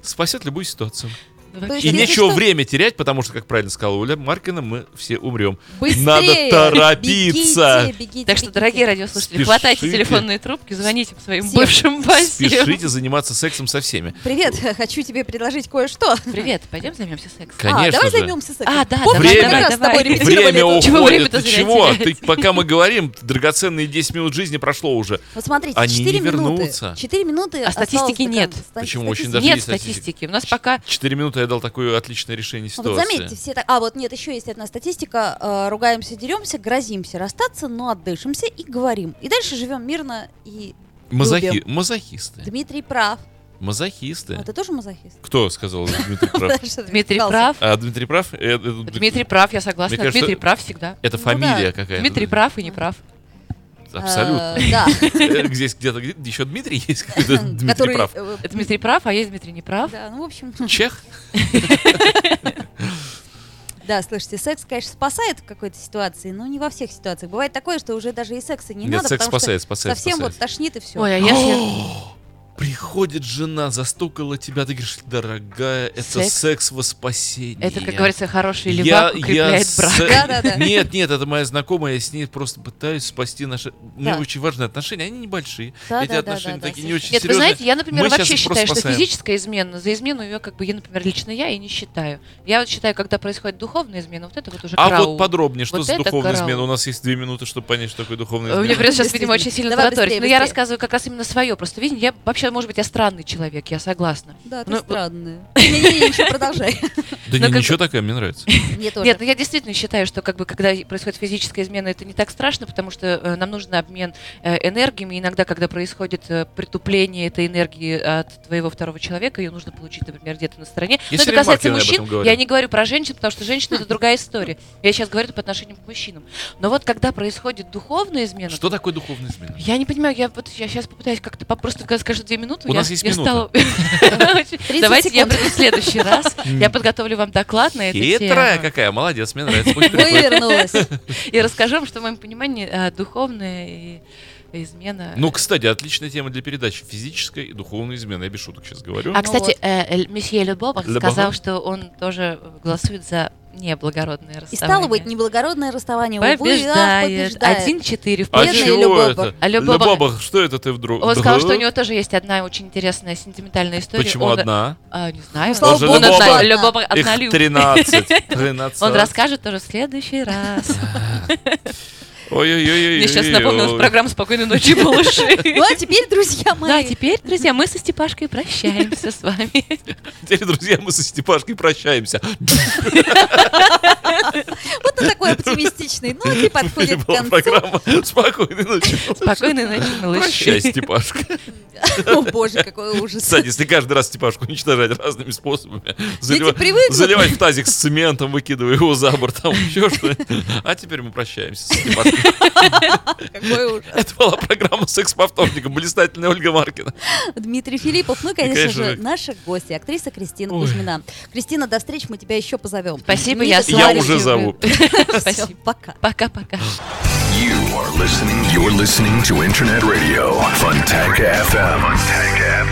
S3: спасет любую ситуацию.
S5: Вообще.
S4: есть
S3: И
S4: Если
S3: нечего
S4: что-
S3: время терять, потому что, как правильно сказала Оля Маркина, мы все умрем.
S4: Быстрее!
S3: Надо торопиться!
S4: Бегите, бегите,
S5: Так что,
S4: бегите.
S5: дорогие радиослушатели,
S3: Спешите.
S5: хватайте телефонные трубки, звоните по своим
S4: Всем.
S5: бывшим бассейнам.
S3: Спешите заниматься сексом со всеми.
S4: Привет, хочу тебе предложить кое-что.
S5: Привет, пойдем займемся сексом.
S4: а,
S3: Конечно
S4: давай
S3: же.
S4: займемся сексом.
S5: А, да,
S4: Помнишь,
S3: давай,
S4: мы
S3: давай,
S4: раз с тобой
S5: давай.
S4: репетировали
S3: Время
S4: эту
S5: это. Чего
S3: уходит.
S5: время-то
S3: Ты
S5: зря
S3: чего? Ты,
S5: теряется?
S3: пока мы говорим, драгоценные 10 минут жизни прошло уже.
S4: Вот смотрите,
S3: Они
S4: 4
S3: не
S4: минуты.
S3: вернутся.
S4: 4 минуты.
S5: А
S4: осталось
S5: статистики
S4: до
S5: нет.
S4: конца. Стати-
S3: Почему? Очень
S4: статистики
S3: даже
S5: Нет
S3: есть статистики.
S5: статистики. У нас пока
S3: 4 минуты я дал такое отличное решение
S4: Ну,
S3: ситуации.
S4: Вот заметьте, все так. А, вот нет, еще есть одна статистика. Э, ругаемся, деремся, грозимся расстаться, но отдышимся и говорим. И дальше живем мирно. И
S3: Мазохи...
S4: любим.
S3: Мазохисты.
S4: Дмитрий прав.
S3: Мазохисты.
S4: А ты тоже мазохист?
S3: Кто сказал Дмитрий Э. прав?
S4: Потому что ты
S5: Дмитрий
S4: испугался.
S5: прав.
S3: А Дмитрий прав? Э, э,
S5: Дмитрий прав, я согласна.
S3: Мне кажется,
S5: Дмитрий прав всегда.
S3: Это
S4: Ну
S3: фамилия
S4: да.
S3: какая-то.
S5: Дмитрий прав А. и не прав.
S3: Абсолютно.
S4: Э, Да.
S3: Э, Здесь где-то где- еще Дмитрий есть какой-то Дмитрий
S4: Который,
S3: прав.
S4: э,
S5: Это Дмитрий прав, а есть Дмитрий не прав.
S4: Да, ну, в общем,
S3: Чех?
S4: да, слышите, секс, конечно, спасает в какой-то ситуации, но не во всех ситуациях. Бывает такое, что уже даже и секса не
S3: Нет,
S4: надо,
S3: секс
S4: потому
S3: спасает,
S4: что
S3: спасает,
S4: совсем вот
S3: спасает.
S4: тошнит и все.
S5: Ой, а если...
S3: Приходит жена, застукала тебя, ты говоришь, дорогая, это секс,
S5: Секс?
S3: во спасение.
S5: Это, как говорится, хороший левак укрепляет
S3: с-
S5: брак.
S4: Да-да-да.
S3: Нет, нет, это моя знакомая, я с ней просто пытаюсь спасти наши... Мне
S4: Да.
S3: очень важны отношения, они небольшие.
S4: Да,
S3: Эти
S4: да, да,
S3: отношения
S4: да,
S3: такие
S4: да,
S3: не очень
S5: Нет, вы
S3: серьезные.
S5: знаете, я, например,
S3: Мы щас
S5: вообще
S3: их
S5: считаю,
S3: просто
S5: что
S3: спасаем.
S5: физическая измена, за измену ее, как бы, я, например, лично я и не считаю. Я вот считаю, когда происходит духовная измена, вот это вот уже
S3: А
S5: караул.
S3: вот подробнее, что
S5: Вот
S3: за
S5: это
S3: духовная
S5: караул. А
S3: измена? У нас есть две минуты, чтобы понять, что такое духовная
S5: Мне
S3: измена.
S5: придется сейчас, видимо, очень сильно
S4: Давай
S5: тараторить.
S4: быстрее,
S5: Но я
S4: быстрее.
S5: рассказываю как раз именно свое. Просто, видите, я вообще, может быть, я странный человек, я согласна.
S4: Да, ты
S5: Ну, вот-
S4: странная. Не-не-не, еще продолжай.
S3: Да
S5: Но
S3: не,
S5: как
S3: ничего такое, мне нравится.
S4: Мне
S5: Нет,
S4: тоже.
S5: ну я действительно считаю, что как бы когда происходит физическая измена, это не так страшно, потому что э, нам нужен обмен э, энергиями. Иногда, когда происходит э, притупление этой энергии от твоего второго человека, ее нужно получить, например, где-то на стороне.
S3: Я
S5: Но
S3: с
S5: это
S3: Еленой
S5: касается
S3: Маркиной об
S5: мужчин.
S3: этом говорю.
S5: Я не говорю про женщин, потому что женщины
S4: Хм.
S5: это другая история. Я сейчас говорю это по отношению к мужчинам. Но вот когда происходит духовная измена,
S3: Что такое духовная измена?
S5: я не понимаю, я вот я сейчас попытаюсь как-то по- просто когда скажу две минуты.
S3: У
S5: я-
S3: нас есть
S5: я
S3: минута.
S5: стала- Давайте я
S4: секунд.
S5: приду в следующий раз. Я подготовлю вам доклад на это.
S3: Хитрая какая, молодец, мне нравится. Пусть приходит.
S4: Вывернулась.
S5: И расскажу вам, что в моем понимании э, духовная и измена.
S3: Ну, кстати, отличная тема для передачи. Физическая и духовная измена. Я без шуток сейчас говорю.
S5: а, кстати, э, э, месье Любовах
S3: Ле
S5: сказал,
S3: Бобах.
S5: что он тоже голосует за неблагородное расставание.
S4: И стало быть, неблагородное расставание, увы, ах,
S5: побеждает.
S4: побеждает.
S5: 1-4 в
S3: А
S4: бедная
S5: победе.
S3: чего
S4: Любоба.
S3: это?
S5: А Любоба-
S3: Любоба, что это ты вдруг?
S5: Он сказал, что у
S3: Да.
S5: него тоже есть одна очень интересная сентиментальная история.
S3: Почему
S5: Он-
S3: одна?
S5: а, не знаю.
S4: Слава
S5: он
S3: богу,
S5: одна-
S3: Бобах.
S5: Любоба одна
S3: Их
S5: любит.
S3: 13. 13.
S5: Он расскажет тоже в следующий раз.
S3: Ой-ой-ой.
S5: Мне сейчас напомнилась программа «Спокойной ночи, малыши».
S4: Ну а теперь, друзья
S5: Да,
S4: мои,
S5: а теперь, друзья, мы со Степашкой прощаемся с вами.
S3: Теперь, друзья, мы со Степашкой прощаемся.
S4: вот на такой оптимистичный ноте
S3: Это
S4: подходит к
S3: была
S4: концу.
S3: программа. Спокойной ночи.
S5: Спокойной ночи, малыши.
S3: Прощай, Степашка.
S4: О боже, какой ужас.
S3: Кстати, если каждый раз Степашку уничтожать разными способами, залива-
S4: привыкнут.
S3: заливать в тазик с цементом, выкидывая его за борт, там еще что А теперь мы прощаемся со Степашкой.
S4: Какой ужас.
S3: Это была программа «Секс по вторникам». Блистательная Ольга Маркина.
S4: Дмитрий Филиппов, ну и, конечно,
S3: конечно
S4: же,
S3: же.
S4: наша гостья, актриса Кристина
S3: Ой.
S4: Кузьмина. Кристина, до встречи, мы тебя еще позовем.
S5: Спасибо, я с
S3: Я
S5: вами.
S3: уже зову.
S4: Все,
S5: Спасибо.
S4: пока.
S5: Пока-пока.
S2: You are listening. You're listening to Internet Radio Funtech FM. Funtech